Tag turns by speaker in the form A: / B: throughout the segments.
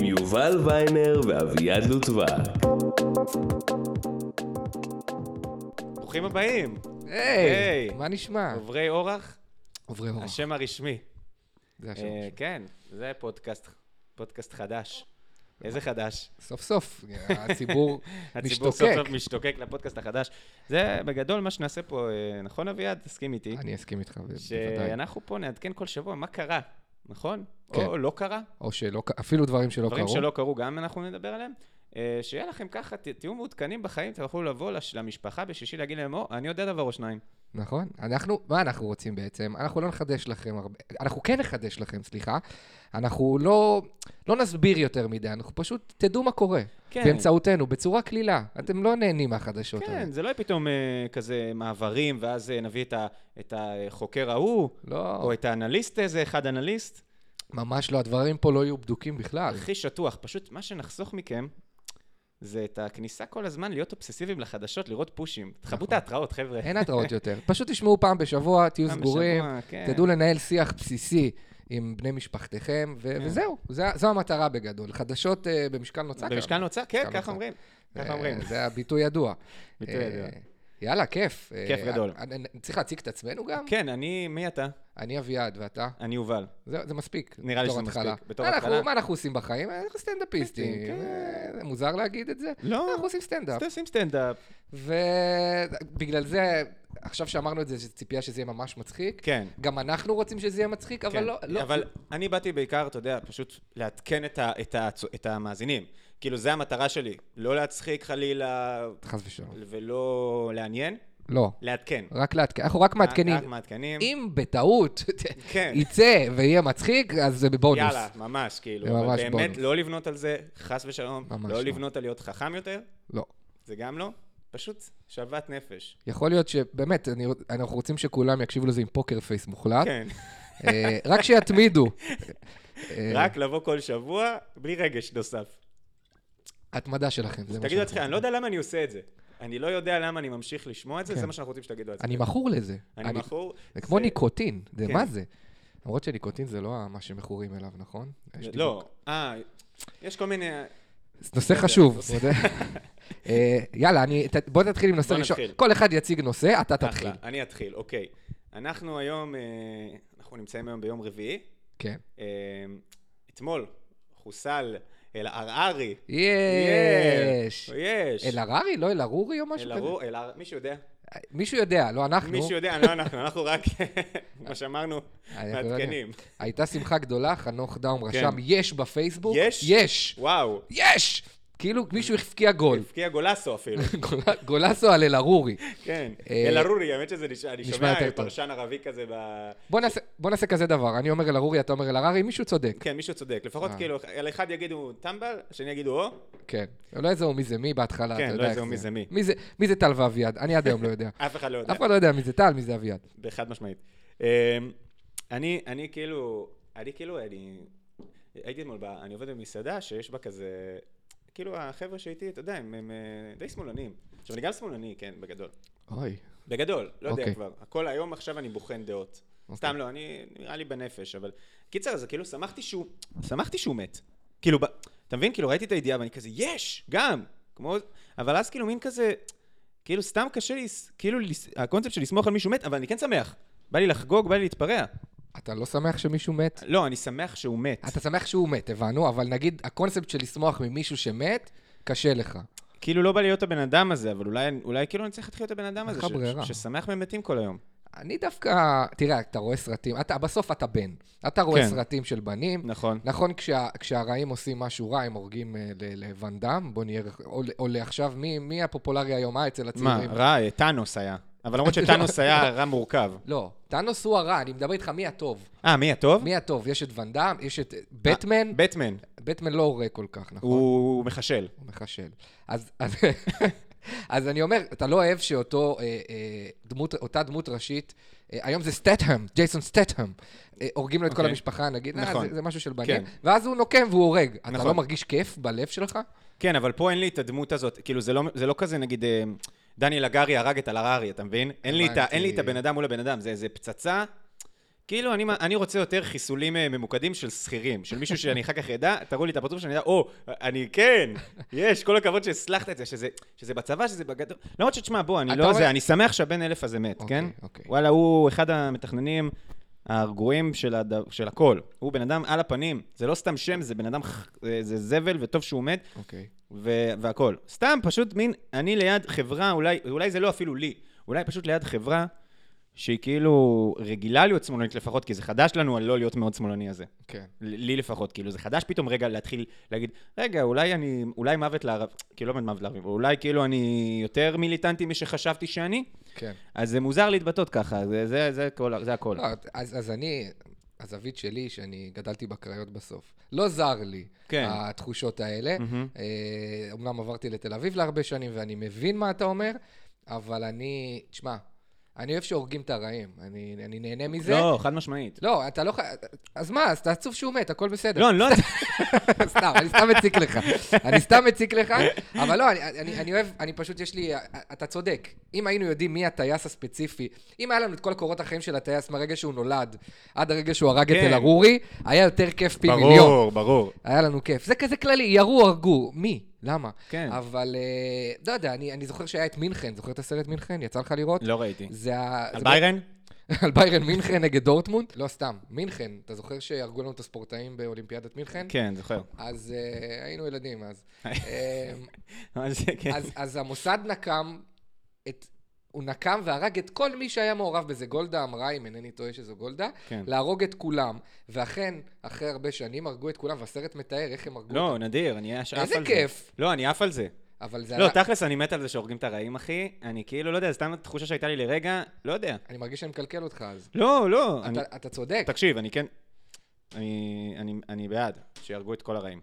A: יובל ויינר ואביעד לוטבק.
B: ברוכים הבאים,
C: היי,
B: היי.
C: מה נשמע?
B: עוברי אורח,
C: עוברי אה. אורח,
B: השם הרשמי.
C: זה השם.
B: אה, כן, זה פודקאסט, פודקאסט חדש. איזה חדש?
C: סוף סוף, הציבור
B: הציבור סוף
C: משתוקק.
B: סוף משתוקק לפודקאסט החדש. זה בגדול מה שנעשה פה, אה, נכון אביעד? תסכים איתי.
C: אני אסכים איתך, ב- בוודאי.
B: שאנחנו פה נעדכן כל שבוע מה קרה, נכון?
C: כן.
B: או לא קרה?
C: או שלא, ק- אפילו דברים שלא
B: דברים
C: קרו.
B: שלא קרו גם אנחנו נדבר עליהם. אה, שיהיה לכם ככה, ת- תהיו מעודכנים בחיים, תוכלו לבוא לש- למשפחה בשישי להגיד להם, או, אני יודע דבר או שניים.
C: נכון. אנחנו, מה אנחנו רוצים בעצם? אנחנו לא נחדש לכם הרבה, אנחנו כן נחדש לכם, סליחה. אנחנו לא, לא נסביר יותר מדי, אנחנו פשוט, תדעו מה קורה.
B: כן.
C: באמצעותנו, בצורה קלילה. אתם לא נהנים מהחדשות האלה.
B: כן, זה לא יהיה פתאום אה, כזה מעברים, ואז אה, נביא את ה- את החוקר ההוא,
C: לא,
B: או את האנליסט איזה אחד אנליסט.
C: ממש לא, הדברים פה לא יהיו בדוקים בכלל.
B: הכי שטוח, פשוט מה שנחסוך מכם, זה את הכניסה כל הזמן להיות אובססיביים לחדשות, לראות פושים. תכבו
C: נכון.
B: את ההתראות, חבר'ה.
C: אין התראות יותר. פשוט תשמעו פעם בשבוע, תהיו
B: פעם
C: סגורים,
B: בשבוע, כן.
C: תדעו לנהל שיח בסיסי עם בני משפחתכם, ו-
B: כן.
C: וזהו, זה- זו המטרה בגדול. חדשות אה, במשקל נוצה.
B: במשקל נוצר, כן,
C: משקל
B: ככה
C: נוצר.
B: אומרים.
C: אה,
B: ככה אומרים.
C: זה הביטוי ידוע.
B: ביטוי ידוע.
C: אה, יאללה, כיף.
B: כיף
C: אה,
B: גדול.
C: אה, אה, צריך להציג את עצמנו גם?
B: כן, אני, מי אתה?
C: אני אביעד ואתה.
B: אני יובל.
C: זה זה מספיק.
B: נראה לי
C: בתור
B: שזה
C: התחלה.
B: מספיק. בתור
C: אנחנו-
B: התחלה.
C: מה אנחנו עושים בחיים? אה, אנחנו סטנדאפיסטים.
B: כן.
C: אה, זה מוזר להגיד את זה?
B: לא.
C: אנחנו עושים סטנדאפ.
B: תעשים סטנדאפ.
C: ובגלל זה, עכשיו שאמרנו את זה, זו ציפייה שזה יהיה ממש מצחיק.
B: כן.
C: גם אנחנו רוצים שזה יהיה מצחיק, אבל
B: כן,
C: לא... לא-
B: אבל אני באתי בעיקר, אתה יודע, פשוט לעדכן את, ה, את, ה, את המאזינים. כאילו, זה המטרה שלי. לא להצחיק חלילה,
C: חס ושלום.
B: ולא לעניין,
C: לא.
B: לעדכן.
C: רק לעדכן. אנחנו רק מעדכנים.
B: אה, רק מעדכנים.
C: אם בטעות
B: כן.
C: יצא ויהיה מצחיק, אז זה בבונוס.
B: יאללה, ממש, כאילו.
C: זה
B: אבל
C: ממש
B: באמת,
C: בונוס.
B: לא לבנות על זה, חס ושלום.
C: ממש
B: לא
C: לא.
B: לבנות על להיות חכם יותר,
C: לא.
B: זה גם לא. פשוט שלוות נפש.
C: יכול להיות שבאמת, אני- אנחנו רוצים שכולם יקשיבו לזה עם פוקר פייס מוחלט.
B: כן.
C: אה, רק שיתמידו. אה,
B: רק לבוא כל שבוע, בלי רגש נוסף.
C: התמדה שלכם, זה מה
B: תגידו
C: שאנחנו
B: לעצמכם, אני לא יודע למה אני עושה את זה. אני לא יודע למה אני ממשיך לשמוע את זה,
C: כן.
B: זה מה שאנחנו רוצים שתגידו לעצמכם.
C: אני מכור לזה.
B: אני מכור.
C: זה כמו ניקוטין, זה
B: כן.
C: מה זה? למרות שניקוטין זה לא מה שמכורים אליו, נכון? יש לי
B: לא, אה, יש כל מיני...
C: זה נושא חשוב.
B: נושא.
C: אתה יודע. אה, יאללה, אני- ת- בוא נתחיל עם נושא
B: בוא
C: ראשון.
B: נתחיל.
C: כל אחד יציג נושא, אתה תתחיל.
B: אחלה, אני אתחיל, אוקיי. אנחנו היום, אה, אנחנו נמצאים היום ביום רביעי.
C: כן.
B: אה, אתמול חוסל אל ערערי.
C: יש.
B: יש.
C: אלהררי? לא אלהרורי או משהו
B: אל
C: כזה?
B: ערור, אל ער... מישהו יודע?
C: מישהו יודע, לא אנחנו.
B: מישהו יודע, לא אנחנו, אנחנו רק, מה שאמרנו,
C: אנחנו לא יודעים.
B: מעדכנים.
C: הייתה שמחה גדולה, חנוך דאום
B: כן.
C: רשם יש בפייסבוק.
B: יש?
C: יש.
B: וואו,
C: יש! כאילו מישהו הבקיע גול.
B: הפקיע גולסו אפילו.
C: גול- גולסו על אלהרורי.
B: כן.
C: אה,
B: אל ערורי, האמת שזה נשמע, אני
C: נשמע
B: שומע
C: יותר טוב.
B: פרשן ערבי כזה ב...
C: בוא נעשה- בוא נעשה כזה דבר, אני אומר אלהרורי, אתה אומר אלהררי, מישהו צודק.
B: כן, מישהו צודק. לפחות
C: אה.
B: כאילו, על אחד יגידו טמבל, השני יגידו או.
C: כן. לא איזה הוא מי זה מי בהתחלה, אתה
B: כן,
C: יודע
B: לא
C: איך
B: איזה הוא
C: זה.
B: מי זה מי.
C: מי זה טל ואביעד? אני עד היום לא יודע.
B: אף אחד לא יודע.
C: אף אחד לא יודע מי זה טל, מי זה אביעד.
B: חד משמעית. אמ, אני, אני כאילו, אני כאילו, אני... הייתי אתמול, ב- אני עובד במסעדה שיש בה כזה... כאילו, החבר'ה שאיתי, אתה יודע, הם, הם אה, די שמאלנים. עכשיו, אני גם שמאלני, כן, בגדול.
C: אוי.
B: בגדול, לא יודע
C: אוקיי.
B: כבר. הכל היום עכשיו אני בוחן דעות.
C: אוקיי.
B: סתם לא, אני, נראה לי בנפש, אבל... קיצר, זה כאילו, שמחתי שהוא, שמחתי שהוא מת. כאילו, ב... אתה מבין? כאילו, ראיתי את הידיעה ואני כזה, יש! גם! כמו... אבל אז כאילו, מין כזה... כאילו, סתם קשה לי, לס- כאילו, לס- הקונספט של לסמוך על מישהו מת, אבל אני כן שמח. בא לי לחגוג, בא לי להתפרע.
C: אתה לא שמח שמישהו מת?
B: לא, אני שמח שהוא מת.
C: אתה שמח שהוא מת, הבנו, אבל נגיד, הקונספט של לשמוח ממישהו שמת, קשה לך.
B: כאילו, לא בא לי להיות הבן אדם הזה, אבל אולי, אולי כאילו אני צריך להתחיל להיות הבן אדם
C: אין
B: הזה,
C: לך
B: ש...
C: ברירה.
B: ש... ששמח ממתים כל היום.
C: אני דווקא, תראה, אתה רואה סרטים, אתה, בסוף אתה בן. אתה רואה
B: כן.
C: סרטים של בנים.
B: נכון.
C: נכון, כשה, כשהרעים עושים משהו רע, הם הורגים אה, ל- לוואן דאם, בוא נהיה, או, ל- או לעכשיו, מי, מי הפופולרי היום, מה אצל
B: מה,
C: הצעירים?
B: רע, אה, טאנוס היה. אבל למרות שטאנוס היה רע מורכב.
C: לא, טאנוס הוא הרע, אני מדבר איתך מי הטוב.
B: אה, מי הטוב?
C: מי הטוב? יש את ואן דאם, יש את אה, בטמן,
B: בטמן.
C: בטמן לא הורג כל כך, נכון?
B: הוא מחשל.
C: הוא מחשל. אז, אז, אז אני אומר, אתה לא אוהב שאותו אה, אה, דמות, אותה דמות ראשית, אה, היום זה סטטהם, ג'ייסון סטטהם, אה, הורגים לו את כל
B: אוקיי.
C: המשפחה, נגיד,
B: נכון.
C: נכון. זה, זה משהו של בנים,
B: כן.
C: ואז הוא נוקם והוא הורג. אתה
B: נכון.
C: לא מרגיש כיף בלב שלך?
B: כן, אבל פה אין לי את הדמות הזאת. כאילו, זה לא, זה לא כזה, נגיד, אה, דניאל הגרי הרג את אלהררי, אתה מבין? אין לי, את, ה-
C: הבנתי.
B: אין לי את הבן אדם מול הבן אדם, זה, זה פצצה. כאילו, אני, אני רוצה יותר חיסולים אה, ממוקדים של שכירים, של מישהו שאני אחר כך אדע, תראו לי את הפרצוף שאני אדע, או, אני כן, יש, כל הכבוד שהצלחת את זה, שזה, שזה בצבא, שזה בגדול. למרות שתשמע, בוא, אני
C: אתה
B: לא
C: אומר-
B: זה, אני שמח שהבן אלף הזה מת,
C: אוקיי,
B: כן?
C: אוקיי.
B: וואלה, הוא אחד המתכננים הגרועים של, הד... של הכל. הוא בן אדם על הפנים, זה לא סתם שם, זה בן אדם, ח- זה זה זבל, וטוב שהוא מת,
C: אוקיי.
B: ו- והכל. סתם, פשוט מין, אני ליד חברה, אולי, אולי זה לא אפילו לי, אולי פשוט ליד חברה שהיא כאילו רגילה להיות שמאלנית לפחות, כי זה חדש לנו על לא להיות מאוד שמאלני הזה.
C: כן.
B: ל- לי לפחות, כאילו, זה חדש פתאום רגע להתחיל להגיד, רגע, אולי אני, אולי מוות לערב, כאילו, לא באמת מוות לערבים, אולי כאילו אני יותר מיליטנטי משחשבתי שאני,
C: כן.
B: אז זה מוזר להתבטאות ככה, זה, זה, זה, כל, זה הכל.
C: לא, אז, אז אני, הזווית שלי, שאני גדלתי בקריות בסוף, לא זר לי
B: כן.
C: התחושות האלה.
B: מהמם.
C: אה, אומנם עברתי לתל אביב להרבה שנים, ואני מבין מה אתה אומר, אבל אני, תשמע, אני אוהב שהורגים את הרעים, אני, אני נהנה מזה.
B: לא, חד משמעית.
C: לא, אתה לא חי... אז מה, אז אתה עצוב שהוא מת, הכל בסדר.
B: לא, אני לא...
C: סתם, אני סתם מציק לך. אני סתם מציק לך, אבל לא, אני, אני, אני אוהב, אני פשוט, יש לי, אה, אתה צודק. אם היינו יודעים מי הטייס הספציפי, אם היה לנו את כל קורות החיים של הטייס מהרגע שהוא נולד עד הרגע שהוא הרג את
B: כן.
C: אל-ערורי, היה יותר כיף פי מיליון.
B: ברור.
C: היה לנו כיף. זה כזה כללי, ירו, הרגו. מי? למה?
B: כן.
C: אבל, אה, לא יודע, אני, אני זוכר שהיה את מינכן, זוכר את הסרט מינכן? יצא לך לראות?
B: לא ראיתי.
C: זה ה...
B: על
C: זה
B: ביירן?
C: על ביירן מינכן נגד דורטמונד? לא, סתם, מינכן. אתה זוכר שהרגו לנו את הספורטאים באולימפיאדת מינכן?
B: כן, זוכר.
C: אז אה, היינו ילדים אז. אה,
B: אז כן.
C: אז- אז המוסד נקם את... הוא נקם והרג את כל מי שהיה מעורב בזה. גולדה אמרה, אם אינני טועה שזו גולדה,
B: כן.
C: להרוג את כולם. ואכן, אחרי הרבה שנים הרגו את כולם, והסרט מתאר איך הם הרגו אותם.
B: לא, נדיר, אני אש- עף על
C: איזה
B: זה.
C: כיף.
B: לא, אני עף על זה.
C: אבל זה...
B: לא,
C: עלה-
B: תכלס, אני מת על זה שהורגים את הרעים, אחי. אני כאילו, לא יודע, סתם התחושה שהייתה לי לרגע, לא יודע.
C: אני מרגיש שאני מקלקל אותך אז.
B: לא, לא. אני-
C: אתה- אתה צודק.
B: תקשיב, אני כן... אני- אני- אני בעד שיהרגו את כל הרעים.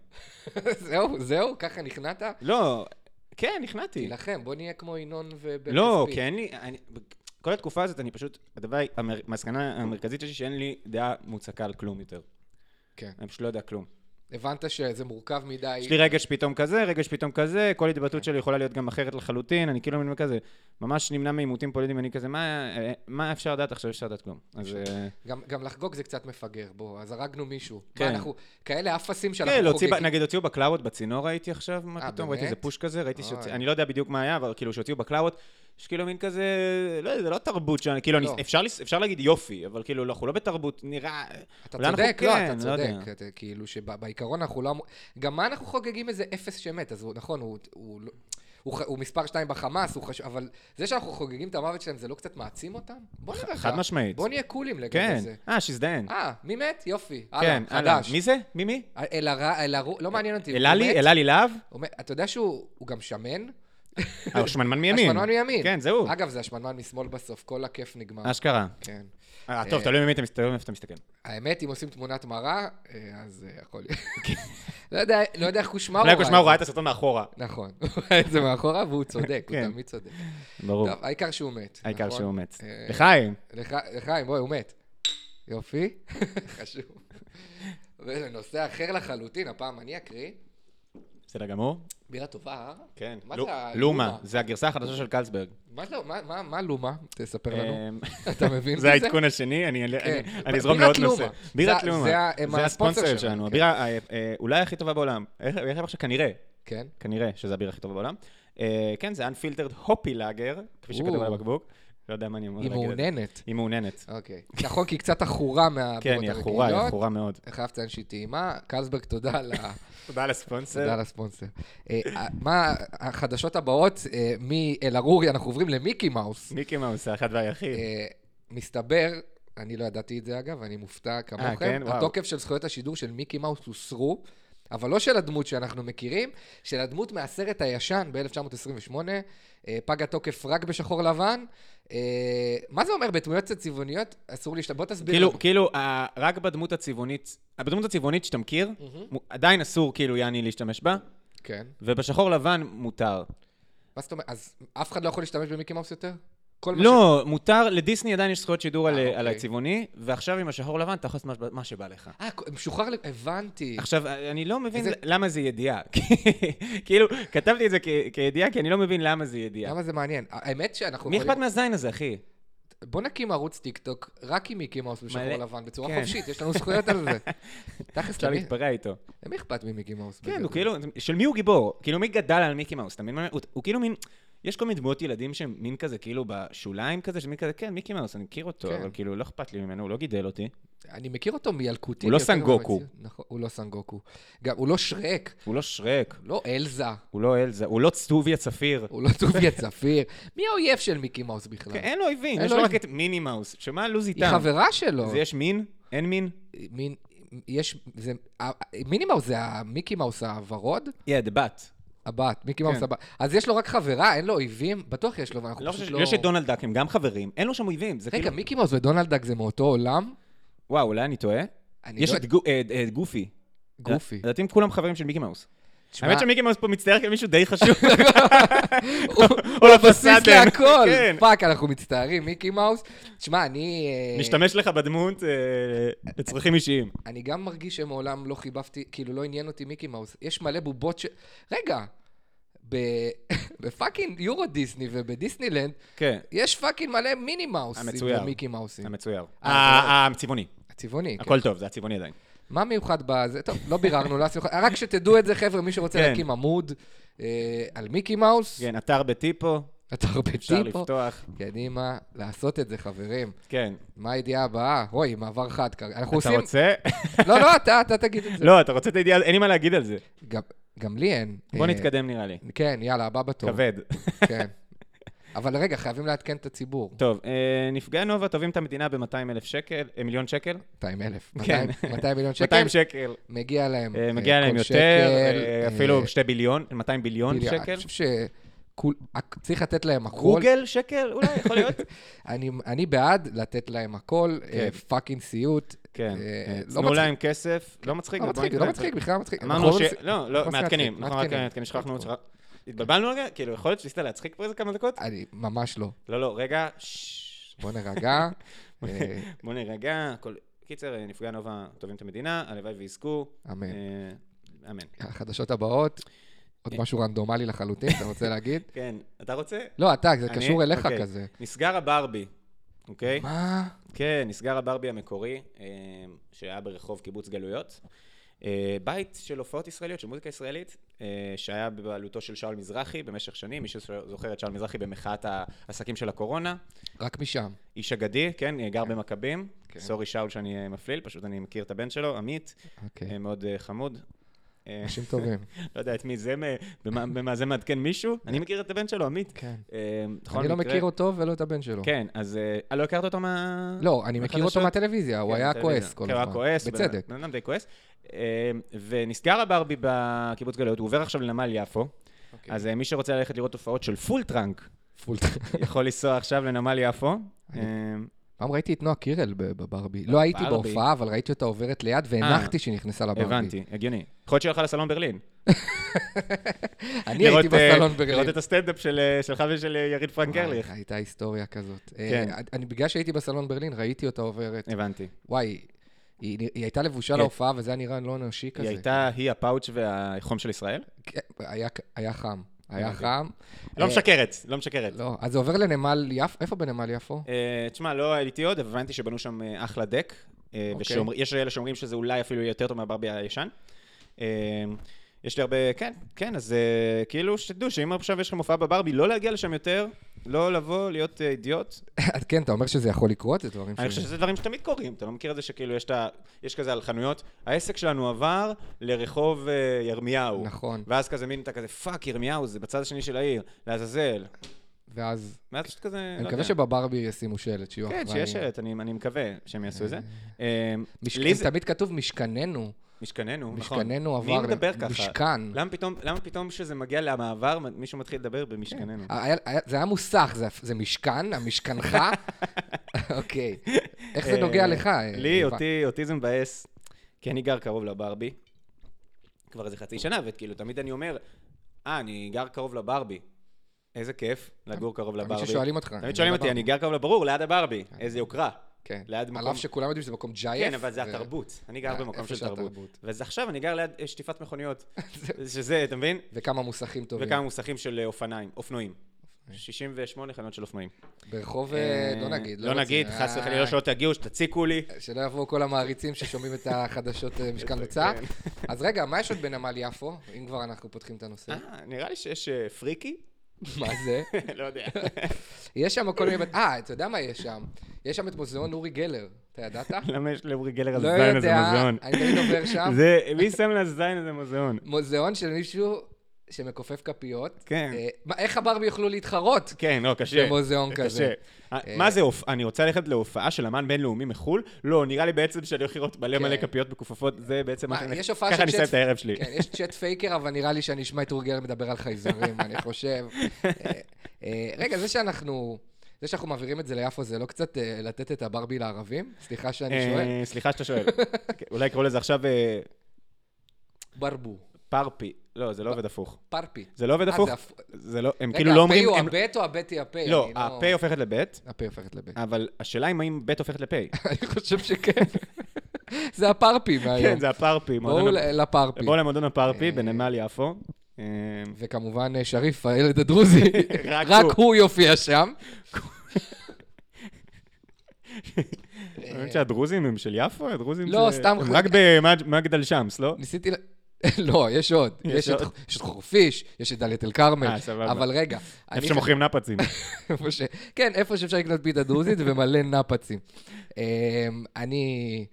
C: זהו, זהו, ככה נכנעת?
B: לא, כן, נכנעתי.
C: תילחם, בוא נהיה כמו ינון ובן
B: לא,
C: כספי.
B: כי אין לי... אני- כל התקופה הזאת, אני פשוט... הדבר, המר- המסקנה המרכזית שלי, שאין לי דעה מוצקה על כלום יותר.
C: כן.
B: אני פשוט לא יודע כלום.
C: הבנת שזה מורכב מדי.
B: יש לי רגש פתאום כזה, רגש פתאום כזה, כל
C: כן.
B: התבטאות שלי יכולה להיות גם אחרת לחלוטין, אני כאילו מין כזה, ממש נמנע מעימותים פוליטיים, אני כזה, "מה- אה, מה אפשר לדעת עכשיו? אפשר לדעת כלום. אז... אה,
C: גם, גם לחגוג זה קצת מפגר, בוא, אז הרגנו מישהו. כן.
B: כן.
C: מה, אנחנו כאלה אפסים שאנחנו
B: כן,
C: חוגגים.
B: להוציא, ב- נגיד הוציאו בקלאוות בצינור ראיתי עכשיו,
C: אה,
B: מה פתאום,
C: באמת?
B: ראיתי איזה פוש כזה, ראיתי
C: אוי.
B: שהוציאו, אני לא יודע בדיוק מה היה, אבל כאילו שהוציאו בקלאוות, יש כאילו מין כזה, לא יודע, זה לא תרבות שאני, כאילו, אני-
C: לא.
B: אפשר לס- אפשר להגיד יופי, אבל כאילו, לא, אנחנו לא בתרבות, נראה...
C: אתה
B: אולי אנחנו
C: צודק, לא,
B: כן,
C: אתה
B: לא יודע.
C: צודק. אתה, כאילו שבעיקרון אנחנו לא... אמור- גם מה אנחנו חוגגים איזה אפס שמת, אז הוא, נכון, הוא... הוא, לא- הוא, ח- הוא מספר שתיים בחמאס, הוא חשוב, אבל זה שאנחנו חוגגים את המוות שלהם, זה לא קצת מעצים אותם? בוא נראה
B: חד משמעית.
C: בוא נהיה קולים לגבי
B: כן,
C: זה.
B: אה, שיזדיין.
C: אה, מי מת? יופי. הלאה,
B: כן, הלאה.
C: חדש.
B: מי זה? מי מי?
C: אלהרע, אלהרו, לא מעניין אותי. הוא מת?
B: אלעלי? אלעלי להב?
C: הוא מת. אתה יודע שהוא הוא גם שמן?
B: אה, הוא שמנמן מימין.
C: השמנמן מימין.
B: כן, זה הוא.
C: אגב, זה השמנמן משמאל בסוף, כל הכיף נגמר.
B: אשכרה.
C: כן.
B: נכון. אה, טוב, תלוי ממי אתה מסתכל, מאיפה אתה מסתכל.
C: האמת, אם עושים תמונת מראה, אה, אז אה, יכול להיות. לא יודע- לא יודע איך קושמרו
B: אולי
C: ראה
B: קושמרו ראה
C: את
B: את הסרטון מאחורה.
C: זה. נכון, הוא ראה את זה מאחורה והוא צודק, הוא
B: כן.
C: תמיד צודק.
B: ברור,
C: טוב, העיקר שהוא מת.
B: העיקר
C: נכון?
B: שהוא מת.
C: אה,
B: לחיים.
C: לח- לחיים, בואי, הוא מת. יופי, חשוב. ולנושא אחר לחלוטין, הפעם אני אקריא.
B: בסדר גמור?
C: בירה טובה, אה?
B: כן.
C: מה
B: לו-
C: זה הלומה?
B: לומה, זה הגרסה החדשה של קלסברג.
C: מה זה- מה- מה- מה לומה? תספר לנו.
B: אמ,
C: אתה מבין
B: זה
C: בזה?
B: העדכון השני, אני אני-
C: כן.
B: אני אזרום
C: בירת
B: לעוד
C: לומה.
B: נושא.
C: זה-
B: בירת
C: זה
B: לומה.
C: ה- הם
B: זה
C: הספונסר
B: הספונסר
C: שלנו,
B: שלנו,
C: כן.
B: הבירה אה, אה, אולי הכי טובה בעולם. איך איך עכשיו שכנראה,
C: כן.
B: כנראה שזה הבירה הכי טובה בעולם. אה, כן, זה Unfiltered הופי לאגר, כפי שכתוב
C: או.
B: על הבקבוק. לא יודע מה אני אמור
C: היא
B: להגיד. על זה.
C: מעוננת.
B: היא מעוננת.
C: אוקיי. נכון, כי היא קצת עכורה מהבירות
B: כן, היא
C: הרגילות.
B: עכורה, היא עכורה מאוד.
C: אני חייב לציין שהיא טעימה. קלסברג, תודה על ה-
B: תודה על הספונסר.
C: תודה על הספונסר. אה, אה, מה החדשות הבאות? אה, מאלערורי אנחנו עוברים למיקי מאוס.
B: מיקי מאוס, האחד והיחיד.
C: אה, מסתבר, אני לא ידעתי את זה אגב, אני מופתע
B: כן?
C: כמוכם,
B: וואו.
C: התוקף של זכויות השידור של מיקי מאוס הוסרו. אבל לא של הדמות שאנחנו מכירים, של הדמות מהסרט הישן ב-1928, אה, פג התוקף רק בשחור לבן. אה, מה זה אומר? בדמויות צבעוניות אסור להשתמש... בוא תסביר.
B: כאילו,
C: לנו.
B: כאילו, אה, רק בדמות הצבעונית, בדמות הצבעונית שאתה מכיר, מו- עדיין אסור כאילו יעני להשתמש בה,
C: כן.
B: ובשחור לבן מותר.
C: מה זאת אומרת? אז אף אחד לא יכול להשתמש במיקי מאוס יותר? כל מה ש...
B: לא, מותר, לדיסני עדיין יש זכויות שידור על-
C: אה, אוקיי.
B: על הצבעוני, ועכשיו עם השחור לבן אתה יכול לעשות מה- מה שבא לך.
C: אה, כ- משוחרר, ל- הבנתי.
B: עכשיו, אני לא מבין
C: איזה-
B: למה זה ידיעה. כאילו, כתבתי את זה כ- כידיעה, כי אני לא מבין למה זה ידיעה.
C: למה זה מעניין? האמת שאנחנו...
B: מי אכפת
C: יכולים-
B: מהזין הזה, אחי?
C: בוא נקים ערוץ טיקטוק רק עם מיקי מאוס בשחור
B: מלא-
C: לבן, בצורה
B: כן.
C: חופשית, יש לנו זכויות על זה. תכלס,
B: אפשר
C: למי-
B: להתפרע איתו.
C: למי אכפת ממיקי מאוס?
B: כן,
C: בגדול?
B: הוא כאילו, של מי הוא גיבור? כאילו, מי גדל על מיקי מאוס? אתה מבין? מה- הוא- הוא כאילו מין, יש כל מיני דמויות ילדים שהם מין כזה, כאילו, בשוליים כזה, שמין כזה, כן, מיקי מאוס, אני מכיר אותו,
C: כן.
B: אבל כאילו, לא אכפת לי ממנו, הוא לא גידל אותי.
C: אני מכיר אותו מילקוטי.
B: הוא לא
C: יותר
B: סנגוקו.
C: מהמציאות. נכון, הוא לא סנגוקו. גם, הוא לא שרק,
B: הוא לא שרק,
C: לא אלזה,
B: הוא לא אלזה, הוא לא צטוביה צפיר.
C: הוא לא טוביה צפיר. מי האויב של מיקי מאוס בכלל?
B: כן, אין לו אויבים,
C: אין
B: יש
C: לו
B: לו רק
C: אויבים.
B: את מיני מאוס, שמה הלו"ז
C: היא
B: איתם?
C: חברה שלו.
B: אז יש מין? אין מין?
C: מין, יש, זה, ה- מיני מאוס זה המיקי מאוס הוורוד?
B: Yeah, the bat.
C: הבת, מיקי מאוס
B: כן.
C: הבת. אז יש לו רק חברה, אין לו אויבים? בטוח יש לו, אבל אנחנו
B: לא
C: פשוט
B: חושב,
C: לא...
B: יש את דונלד דאק, הם גם חברים, אין לו שם אויבים, זה
C: רגע,
B: כאילו...
C: מיקי מאוס ודונלד דאק זה מאותו עולם?
B: וואו, אולי אני טועה?
C: אני
B: יש
C: לא-
B: את גו- אה, אה, גופי.
C: גופי.
B: לדעתי הם כולם חברים של מיקי מאוס.
C: תשמע,
B: אה, האמת שמיקי מאוס פה מצטייר כמישהו די חשוב.
C: הוא-
B: או
C: בסיס להכל.
B: כן.
C: פאק, אנחנו מצטערים, מיקי מאוס. תשמע, אני... אה,
B: נשתמש לך בדמות אה, לצרכים אישיים.
C: אני גם מרגיש שמעולם לא חיבבתי, כאילו לא עניין אותי מיקי מאוס. יש מלא בובות ש... רגע, ב- בפאקינג יורו דיסני ובדיסנילנד,
B: כן,
C: יש פאקינג מלא מיני מאוסים
B: המצויר.
C: ומיקי מאוסים.
B: המצויר.
C: אה,
B: אה, הצבעוני.
C: הצבעוני, כן.
B: הכל טוב, זה הצבעוני עדיין.
C: מה מיוחד בזה? טוב, לא ביררנו, לא עשינו... רק שתדעו את זה, חבר'ה, מי שרוצה
B: כן.
C: להקים עמוד אה, על מיקי מאוס,
B: כן, אתר בטיפו,
C: אתה הרבה
B: אפשר
C: טיפו.
B: לפתוח.
C: קדימה, לעשות את זה, חברים.
B: כן.
C: מה הידיעה הבאה? אוי, מעבר חד כרגע. אנחנו
B: אתה
C: עושים...
B: רוצה?
C: לא, לא, אתה, אתה תגיד את זה.
B: לא, אתה רוצה את הידיעה, אין לי מה להגיד על זה.
C: גם- גם לי אין.
B: בוא
C: אה,
B: נתקדם נראה לי.
C: כן, יאללה, הבא בתור.
B: כבד.
C: כן. אבל רגע, חייבים לעדכן את הציבור.
B: טוב, אה, נפגעי נובה תובעים את המדינה ב-200 אלף שקל, אה, מיליון שקל?
C: 200 אלף.
B: כן.
C: 200 מיליון שקל.
B: 200 שקל.
C: מגיע להם.
B: אה,
C: אה,
B: מגיע להם
C: כל
B: יותר,
C: שקל,
B: אה,
C: אה,
B: אפילו 2 ביליון, 200 ביליון
C: ביליון.
B: שקל.
C: אני חושב שצריך לתת להם הכל.
B: גוגל שקל? אולי, יכול להיות.
C: אני, אני בעד לתת להם הכל, אה, פאקינג סיוט.
B: כן,
C: אה,
B: אה,
C: לא
B: צנו
C: מצחיק.
B: להם כסף. לא מצחיק,
C: לא
B: בוא
C: מצחיק,
B: נתקדם.
C: לא מצחיק, בכלל לא מצחיק.
B: אמרנו
C: אנחנו
B: ש...
C: לא מצחיק.
B: לא, לא,
C: אנחנו
B: מעדכנים.
C: מעדכנים,
B: אנחנו רק
C: מעדכנים.
B: מעדכנים, שכחנו... שכח- התבלבלנו רגע? כאילו, יכול להיות שניסית להצחיק פה איזה כמה דקות?
C: אני ממש לא.
B: לא, לא, רגע. ששש.
C: בוא נרגע. אה,
B: בוא נרגע. הכל- קיצר, אה, נפגעי נובה טובים את המדינה, הלוואי ויזכו.
C: אמן.
B: אה, אמן.
C: החדשות הבאות, עוד משהו רנדומלי לחלוטין, אתה רוצה להגיד?
B: כן, אתה רוצה?
C: לא, אתה, זה
B: אני?
C: קשור אליך
B: אוקיי.
C: כזה.
B: נסגר הברבי, אוקיי?
C: מה?
B: כן, נסגר הברבי המקורי, אה, שהיה ברחוב קיבוץ גלויות. אה, בית של הופעות ישראליות, של מוזיקה ישראלית, אה, שהיה בבעלותו של שאול מזרחי במשך שנים, מי שזוכר את שאול מזרחי במחאת העסקים של הקורונה.
C: רק משם.
B: איש אגדי, כן, אה, גר במכבים.
C: כן.
B: סורי שאול שאני אה, מפליל, פשוט אני מכיר את הבן שלו, עמית, אה,
C: אוקיי.
B: מאוד אה, חמוד. אה,
C: אנשים טובים.
B: לא יודע את מי זה, מ- במה במה זה מעדכן מישהו? אני מכיר את הבן שלו, עמית.
C: כן.
B: אה, בכל
C: אני לא
B: מקרה-
C: מכיר אותו ולא את הבן שלו.
B: כן, אז... אה, אה, לא הכרת אותו מה...
C: לא, אני מכיר אותו
B: מהחדשות?
C: מהטלוויזיה, אה, הוא
B: כן,
C: היה
B: בטלוויזיה.
C: כועס כל
B: כן, הוא
C: הזמן.
B: היה כועס. בן-
C: בצדק.
B: בן אדם די כועס. אה, ונסגר הברבי בקיבוץ גלויות, הוא עובר עכשיו לנמל יפו.
C: אוקיי.
B: אז אה, מי שרוצה ללכת לראות הופעות של פול טראנק,
C: פול.
B: יכול לנסוע עכשיו לנמל יפו.
C: אני-
B: אה,
C: פעם ראיתי את נועה קירל ב- בברבי. לא הייתי
B: בברבי? אה,
C: בהופעה, אבל ראיתי אותה עוברת ליד, והנחתי שהיא נכנסה לברבי.
B: הבנתי, הגיוני. יכול להיות שהיא הלכה לסלון ברלין.
C: אני הייתי
B: לראות, אה,
C: בסלון ברלין.
B: לראות את הסטנדאפ של, אה, שלך ושל אה, יריד פרנק
C: וואי,
B: גרליך.
C: הייתה היסטוריה כזאת.
B: כן. אה.
C: אה, אני, בגלל שהייתי בסלון ברלין, ראיתי אותה עוברת.
B: הבנתי.
C: וואי, היא- היא היא הייתה לבושה
B: היא-
C: להופעה, וזה היה נראה לא אנושי כזה.
B: כן. היא הייתה, היא הפאוץ' והחום של ישראל?
C: כן, היה- היה חם. היה
B: הבנתי.
C: חם.
B: לא
C: אה,
B: משקרת, לא משקרת.
C: לא, אז זה עובר לנמל יפו, איפה בנמל יפו?
B: אה, תשמע, לא הייתי עוד, אבל הבנתי שבנו שם אה, אחלה דק. אה,
C: אוקיי.
B: ושאומר- יש אלה שאומרים שזה אולי אפילו יהיה יותר טוב מהברבי הישן. אה, יש לי הרבה, כן, כן, אז אה, כאילו, שתדעו שאם עכשיו יש לכם הופעה בברבי, לא להגיע לשם יותר, לא לבוא, להיות אה, אידיוט.
C: אז כן, אתה אומר שזה יכול לקרות? זה דברים
B: אני חושב שזה דברים שתמיד קורים, אתה לא מכיר את זה שכאילו יש, את ה... יש כזה על חנויות, העסק שלנו עבר לרחוב אה, ירמיהו.
C: נכון.
B: ואז כזה מין, אתה כזה, פאק, ירמיהו, זה בצד השני של העיר, לעזאזל.
C: ואז,
B: ואז פשוט כזה, לא
C: אני מקווה
B: יודע.
C: שבברבי ישימו שלט, שיהיו
B: כן,
C: אחראים.
B: שיש שלט, אני, אני מקווה שהם יעשו את זה. אה,
C: מש-
B: לי זה-
C: תמיד כתוב משכננו.
B: משכננו, נכון.
C: משכננו
B: מי
C: עבר
B: מדבר
C: ל-
B: ככה? לא.
C: משכן.
B: למה פתאום- למה פתאום כשזה מגיע למעבר, מ- מישהו מתחיל לדבר במשכננו?
C: היה- היה- זה היה מוסך, זה- זה משכן, המשכנך. אוקיי. איך זה
B: אה,
C: נוגע לך? אה,
B: לי,
C: יובל?
B: אותי, אותי זה מבאס, כי אני גר קרוב לברבי, כבר איזה חצי שנה, וכאילו, תמיד אני אומר, אה, אני גר קרוב לברבי. איזה כיף לגור קרוב
C: תמיד
B: לברבי.
C: ששואלים אותך,
B: תמיד שואלים אותי,
C: לברבי.
B: אני גר קרוב לברור, ליד הברבי. איזה יוקרה.
C: כן.
B: ליד
C: על
B: מקום...
C: אף שכולם יודעים שזה מקום ג'ייף.
B: כן, אבל זה
C: ו-
B: התרבות. אני גר
C: אה,
B: במקום
C: איפה
B: של
C: שהתרבות.
B: תרבות. ואז עכשיו אני גר ליד אה, שטיפת מכוניות. שזה, אתה מבין?
C: וכמה מוסכים טובים.
B: וכמה מוסכים של אה, אופניים, אופנועים. 68 חנויות של אופנועים.
C: ברחוב, אה, לא נגיד.
B: לא
C: רוצה-
B: נגיד, חס וחלילה
C: אה,
B: שלא תגיעו, שתציקו לי.
C: שלא יבואו כל המעריצים ששומעים את החדשות אה, משכן בצער.
B: כן.
C: אז רגע, מה יש עוד בנמל יפו, אם כבר אנחנו פותחים את הנושא?
B: אה, נראה לי שיש אה, פריקי?
C: מה זה?
B: לא יודע.
C: יש שם כל מיני... אה, אתה יודע מה יש שם? יש שם את מוזיאון אורי גלר. אתה ידעת?
B: למה יש לאורי גלר
C: לא יודע, אני תמיד עובר שם.
B: זה, מי שם לזין הזה מוזיאון?
C: מוזיאון של מישהו שמכופף כפיות.
B: כן.
C: אה, מה- איך הברבי יוכלו להתחרות?
B: כן, לא, קשה.
C: במוזיאון
B: קשה.
C: כזה.
B: אה, מה זה, הופ- אני רוצה ללכת להופעה של אמן בינלאומי מחו"ל? לא, נראה לי בעצם שאני הולך לראות מלא
C: כן.
B: מלא כפיות מכופפות, זה בעצם מה
C: מה,
B: שאני...
C: יש הופעה
B: ככה
C: של
B: אני אסיים את הערב שלי.
C: כן, יש צ'אט פייקר, אבל נראה לי שאני אשמע את אורי גלר מדבר על חייזרים, אני חושב. אה, אה, רגע, זה שאנחנו... זה שאנחנו מעבירים את זה ליפו, זה לא קצת אה, לתת את הברבי לערבים? סליחה שאני שואל.
B: אה, סליחה שאתה שואל. כן, אולי קראו לזה עכשיו אה,
C: ברבו,
B: פרפי. לא, זה לא עובד הפוך.
C: פרפי.
B: זה לא עובד
C: אה,
B: הפוך?
C: זה הפ-
B: זה לא, הם
C: רגע,
B: כאילו לא אומרים...
C: הפ' הוא
B: הם-
C: הבט או הבט היא הפ'?
B: לא,
C: אני
B: הפ' הופכת לבית,
C: הפ' הופכת לב'.
B: אבל השאלה אם האם בית הופכת לפ'.
C: אני חושב שכן. זה הפרפי מהיום.
B: כן, זה הפרפי.
C: בואו
B: מועדון-
C: ל- לפרפי.
B: בואו למועדון הפרפי
C: אה,
B: בנמל יפו. אה,
C: וכמובן אה, שריף, הילד הדרוזי,
B: רק
C: רק
B: הוא.
C: הוא יופיע שם.
B: האמת שהדרוזים הם של יפו? הדרוזים
C: לא,
B: זה-
C: סתם
B: הם
C: חו-
B: רק במגדל שמס, לא?
C: ניסיתי ל... לא, יש עוד.
B: יש
C: יש את-
B: עוד.
C: יש את חורפיש, יש את דאלית אל-כרמל.
B: אה, סבבה.
C: אבל רגע.
B: איפה
C: אני-
B: שמוכרים נפצים.
C: איפה ש- כן, איפה שאפשר לקנות פיתה דרוזית ומלא נפצים. אמ, אני...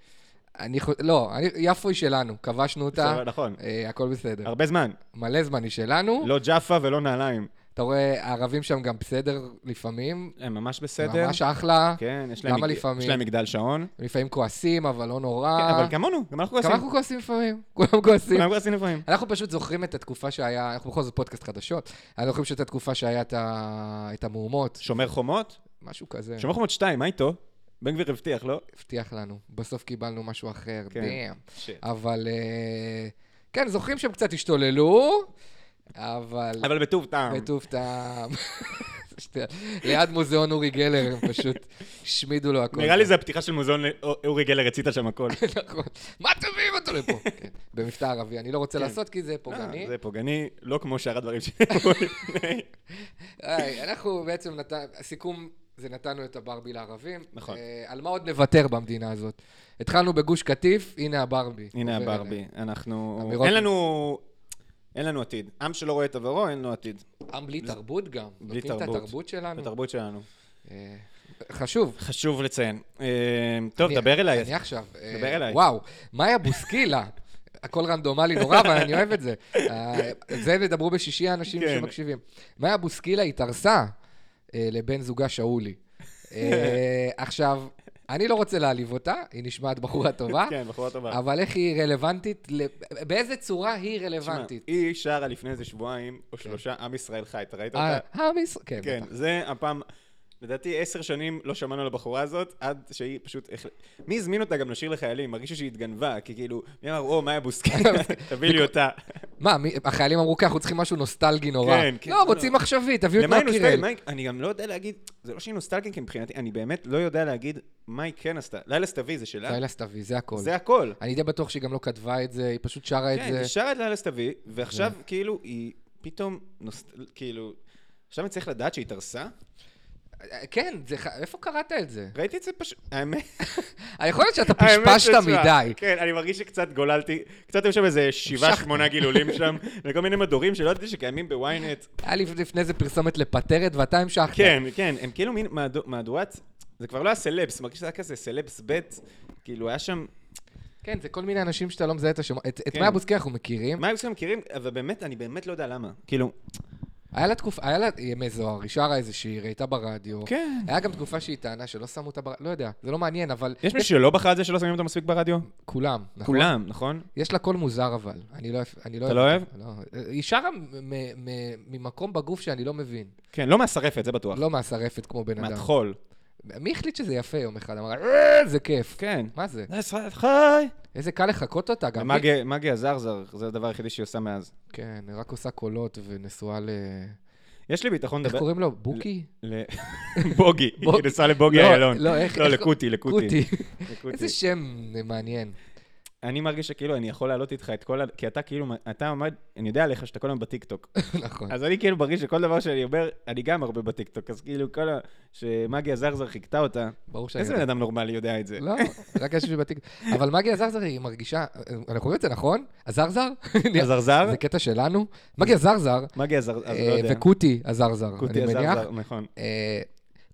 C: אני חו... לא, אני- יפו היא שלנו, כבשנו אותה,
B: בסדר, נכון.
C: אה, הכל בסדר.
B: הרבה זמן.
C: מלא זמן היא שלנו.
B: לא ג'אפה ולא נעליים.
C: אתה רואה, הערבים שם גם בסדר לפעמים.
B: הם ממש בסדר.
C: ממש אחלה.
B: כן, יש להם
C: למה
B: מג-
C: לפעמים? אה,
B: יש להם מגדל שעון.
C: הם לפעמים כועסים, אבל לא נורא.
B: כן, אבל כמונו, גם אנחנו
C: גם
B: כועסים.
C: אנחנו כועסים לפעמים, כולם כועסים.
B: כולם כועסים לפעמים.
C: אנחנו פשוט זוכרים את התקופה שהיה, אנחנו בכל זאת פודקאסט חדשות, אנחנו זוכרים שאת התקופה שהיה את ה- את המהומות,
B: שומר חומות?
C: משהו כזה,
B: שומר חומות 2, מה איתו? בן גביר הבטיח, לא?
C: הבטיח לנו, בסוף קיבלנו משהו אחר,
B: כן.
C: דאם.
B: Shit.
C: אבל אה, כן, זוכרים שהם קצת השתוללו, אבל
B: אבל בטוב טעם.
C: בטוב טעם. שטויות. ליד מוזיאון אורי גלר, הם פשוט השמידו לו הכול.
B: נראה לי זה הפתיחה של מוזיאון אורי גלר, הצית שם הכל. אה,
C: נכון. מה אתם מביאים אותו לפה? כן, במבטא ערבי, אני לא רוצה לעשות כי זה פוגעני.
B: אה, כן. זה פוגעני, לא כמו שאר הדברים שנאמרו לפני.
C: היי, אנחנו בעצם נתן, הסיכום זה נתנו את הברבי לערבים.
B: נכון.
C: אה, על מה עוד נוותר במדינה הזאת? התחלנו בגוש קטיף, הנה הברבי.
B: הנה
C: עובר
B: הברבי, אנחנו...
C: אמירות-
B: אין לנו... אין לנו עתיד. עם שלא רואה את עברו, אין לו עתיד.
C: אלינו. עם בלי תרבות גם.
B: בלי
C: נותנים את
B: תרבות.
C: התרבות שלנו.
B: בתרבות שלנו.
C: אה, חשוב.
B: חשוב לציין. אה, טוב,
C: אני-
B: דבר אליי.
C: אני עכשיו. אה,
B: דבר אליי.
C: וואו, מאיה בוסקילה. הכל רנדומלי נורא, אבל אני אוהב את זה. אה, על זה ידברו בשישי האנשים
B: כן.
C: שמקשיבים. מאיה בוסקילה התארסה אה, לבן זוגה שאולי. אה, עכשיו, אני לא רוצה להעליב אותה, היא נשמעת בחורה טובה,
B: כן, בחורה טובה.
C: אבל איך היא רלוונטית? ל- באיזה צורה היא
B: תשמע,
C: רלוונטית?
B: היא שרה לפני איזה שבועיים או שלושה, עם ישראל חי, אתה ראית אותה?
C: כן. אה, עם ישראל, כן,
B: כן,
C: בטח.
B: זה הפעם, לדעתי עשר שנים לא שמענו על הבחורה הזאת, עד שהיא פשוט... החל- מי הזמין אותה גם לשיר לחיילים? מרגישו שהיא התגנבה, כי כאילו, מי אמר, או, מאיה בוסקי, תביא לי אותה.
C: מה, מי- החיילים אמרו ככה, אנחנו צריכים משהו נוסטלגי נורא.
B: כן, כן,
C: לא,
B: לא.
C: רוצים עכשווי, תביאו את
B: למה היא
C: נועה
B: נוסטלגית?
C: קירל.
B: מה היא- אני גם לא יודע להגיד, זה לא שהיא נוסטלגית כי מבחינתי, אני באמת לא יודע להגיד מה היא כן עשתה. לילה סתווי זה שלה?
C: לילה סתווי, זה הכל.
B: זה הכל.
C: אני די בטוח שהיא גם לא כתבה את זה, היא פשוט שרה את
B: כן,
C: זה. כן.
B: היא שרה את לילה סתווי, ועכשיו כאילו היא פתאום, נוסט- כאילו, עכשיו אני צריך לדעת שהיא התארסה?
C: כן, זה ח- איפה קראת את זה?
B: ראיתי את זה פשוט, האמת.
C: יכול להיות שאתה
B: האמת
C: פשפשת
B: שתשמע,
C: מדי.
B: כן, אני מרגיש שקצת גוללתי, קצת היו שם איזה שבעה,
C: המשכת.
B: שמונה גילולים שם, וכל מיני מדורים שלא ידעתי שקיימים בוויינט.
C: היה לי לפני זה פרסומת לפטרת ואתה המשכת.
B: כן, כן, הם כאילו מין מהדו- מהדורת, זה כבר לא היה סלבס, מרגיש שזה היה כזה סלבס ב', כאילו היה שם,
C: כן, זה כל מיני אנשים שאתה לא מזהה את השמות. את את
B: כן.
C: מאיה בוסקי אנחנו מכירים.
B: מה היו שם מכירים, אבל באמת, אני באמת לא יודע למה. כאילו,
C: היה לה תקופה, היה לה ימי זוהר, היא שרה איזה שיר, היא הייתה ברדיו.
B: כן.
C: היה גם תקופה שהיא טענה שלא שמו אותה ברדיו, לא יודע, זה לא מעניין, אבל
B: יש מישהו שלא בחר את זה שלא שמים אותו מספיק ברדיו?
C: כולם, נכון?
B: כולם, נכון?
C: יש לה קול מוזר אבל, אני לא אוהב... אני
B: אתה לא
C: אותה, לא. היא שרה מ- מ- מ- ממקום בגוף שאני לא מבין.
B: כן, לא מהשרפת, זה בטוח.
C: לא מהשרפת כמו בן אדם.
B: מהטחול.
C: מי החליט שזה יפה יום אחד? אמר, "אה, זה כיף.
B: כן.
C: מה זה?
B: ישראל חי!
C: איזה קל לחקות אותה גם. מי-
B: ומגי מגי הזרזר, זה הדבר היחידי שהיא עושה מאז.
C: כן, היא רק עושה קולות ונשואה ל...
B: יש לי ביטחון
C: איך
B: לדבר...
C: קוראים לו? בוקי?
B: ל- בוגי, היא
C: בוגי.
B: נכנסה לבוגי
C: לא,
B: איילון.
C: לא, איך-
B: לא,
C: איך-
B: לקוטי, לקוטי.
C: קוטי.
B: לקוטי.
C: איזה שם מעניין.
B: אני מרגיש שכאילו אני יכול להעלות איתך את כל ה... כי אתה כאילו, אתה עמד, אני יודע עליך שאתה כל היום בטיקטוק.
C: נכון.
B: אז אני כאילו מרגיש שכל דבר שאני אומר, אני גם הרבה בטיקטוק, אז כאילו כל ה... שמגיה זרזר חיכתה אותה.
C: ברור שאני...
B: איזה בן אדם נורמלי יודע את זה?
C: לא, רק יש לי בתיק. אבל מגי הזרזר היא מרגישה, אנחנו רואים את זה נכון? הזרזר?
B: הזרזר?
C: לא. זה קטע שלנו. מגי הזרזר,
B: מגיה זרזר, אז
C: אה,
B: לא יודע.
C: וקוטי הזרזר,
B: קוטי
C: אני מניח.
B: הזרזר, נכון.
C: אה,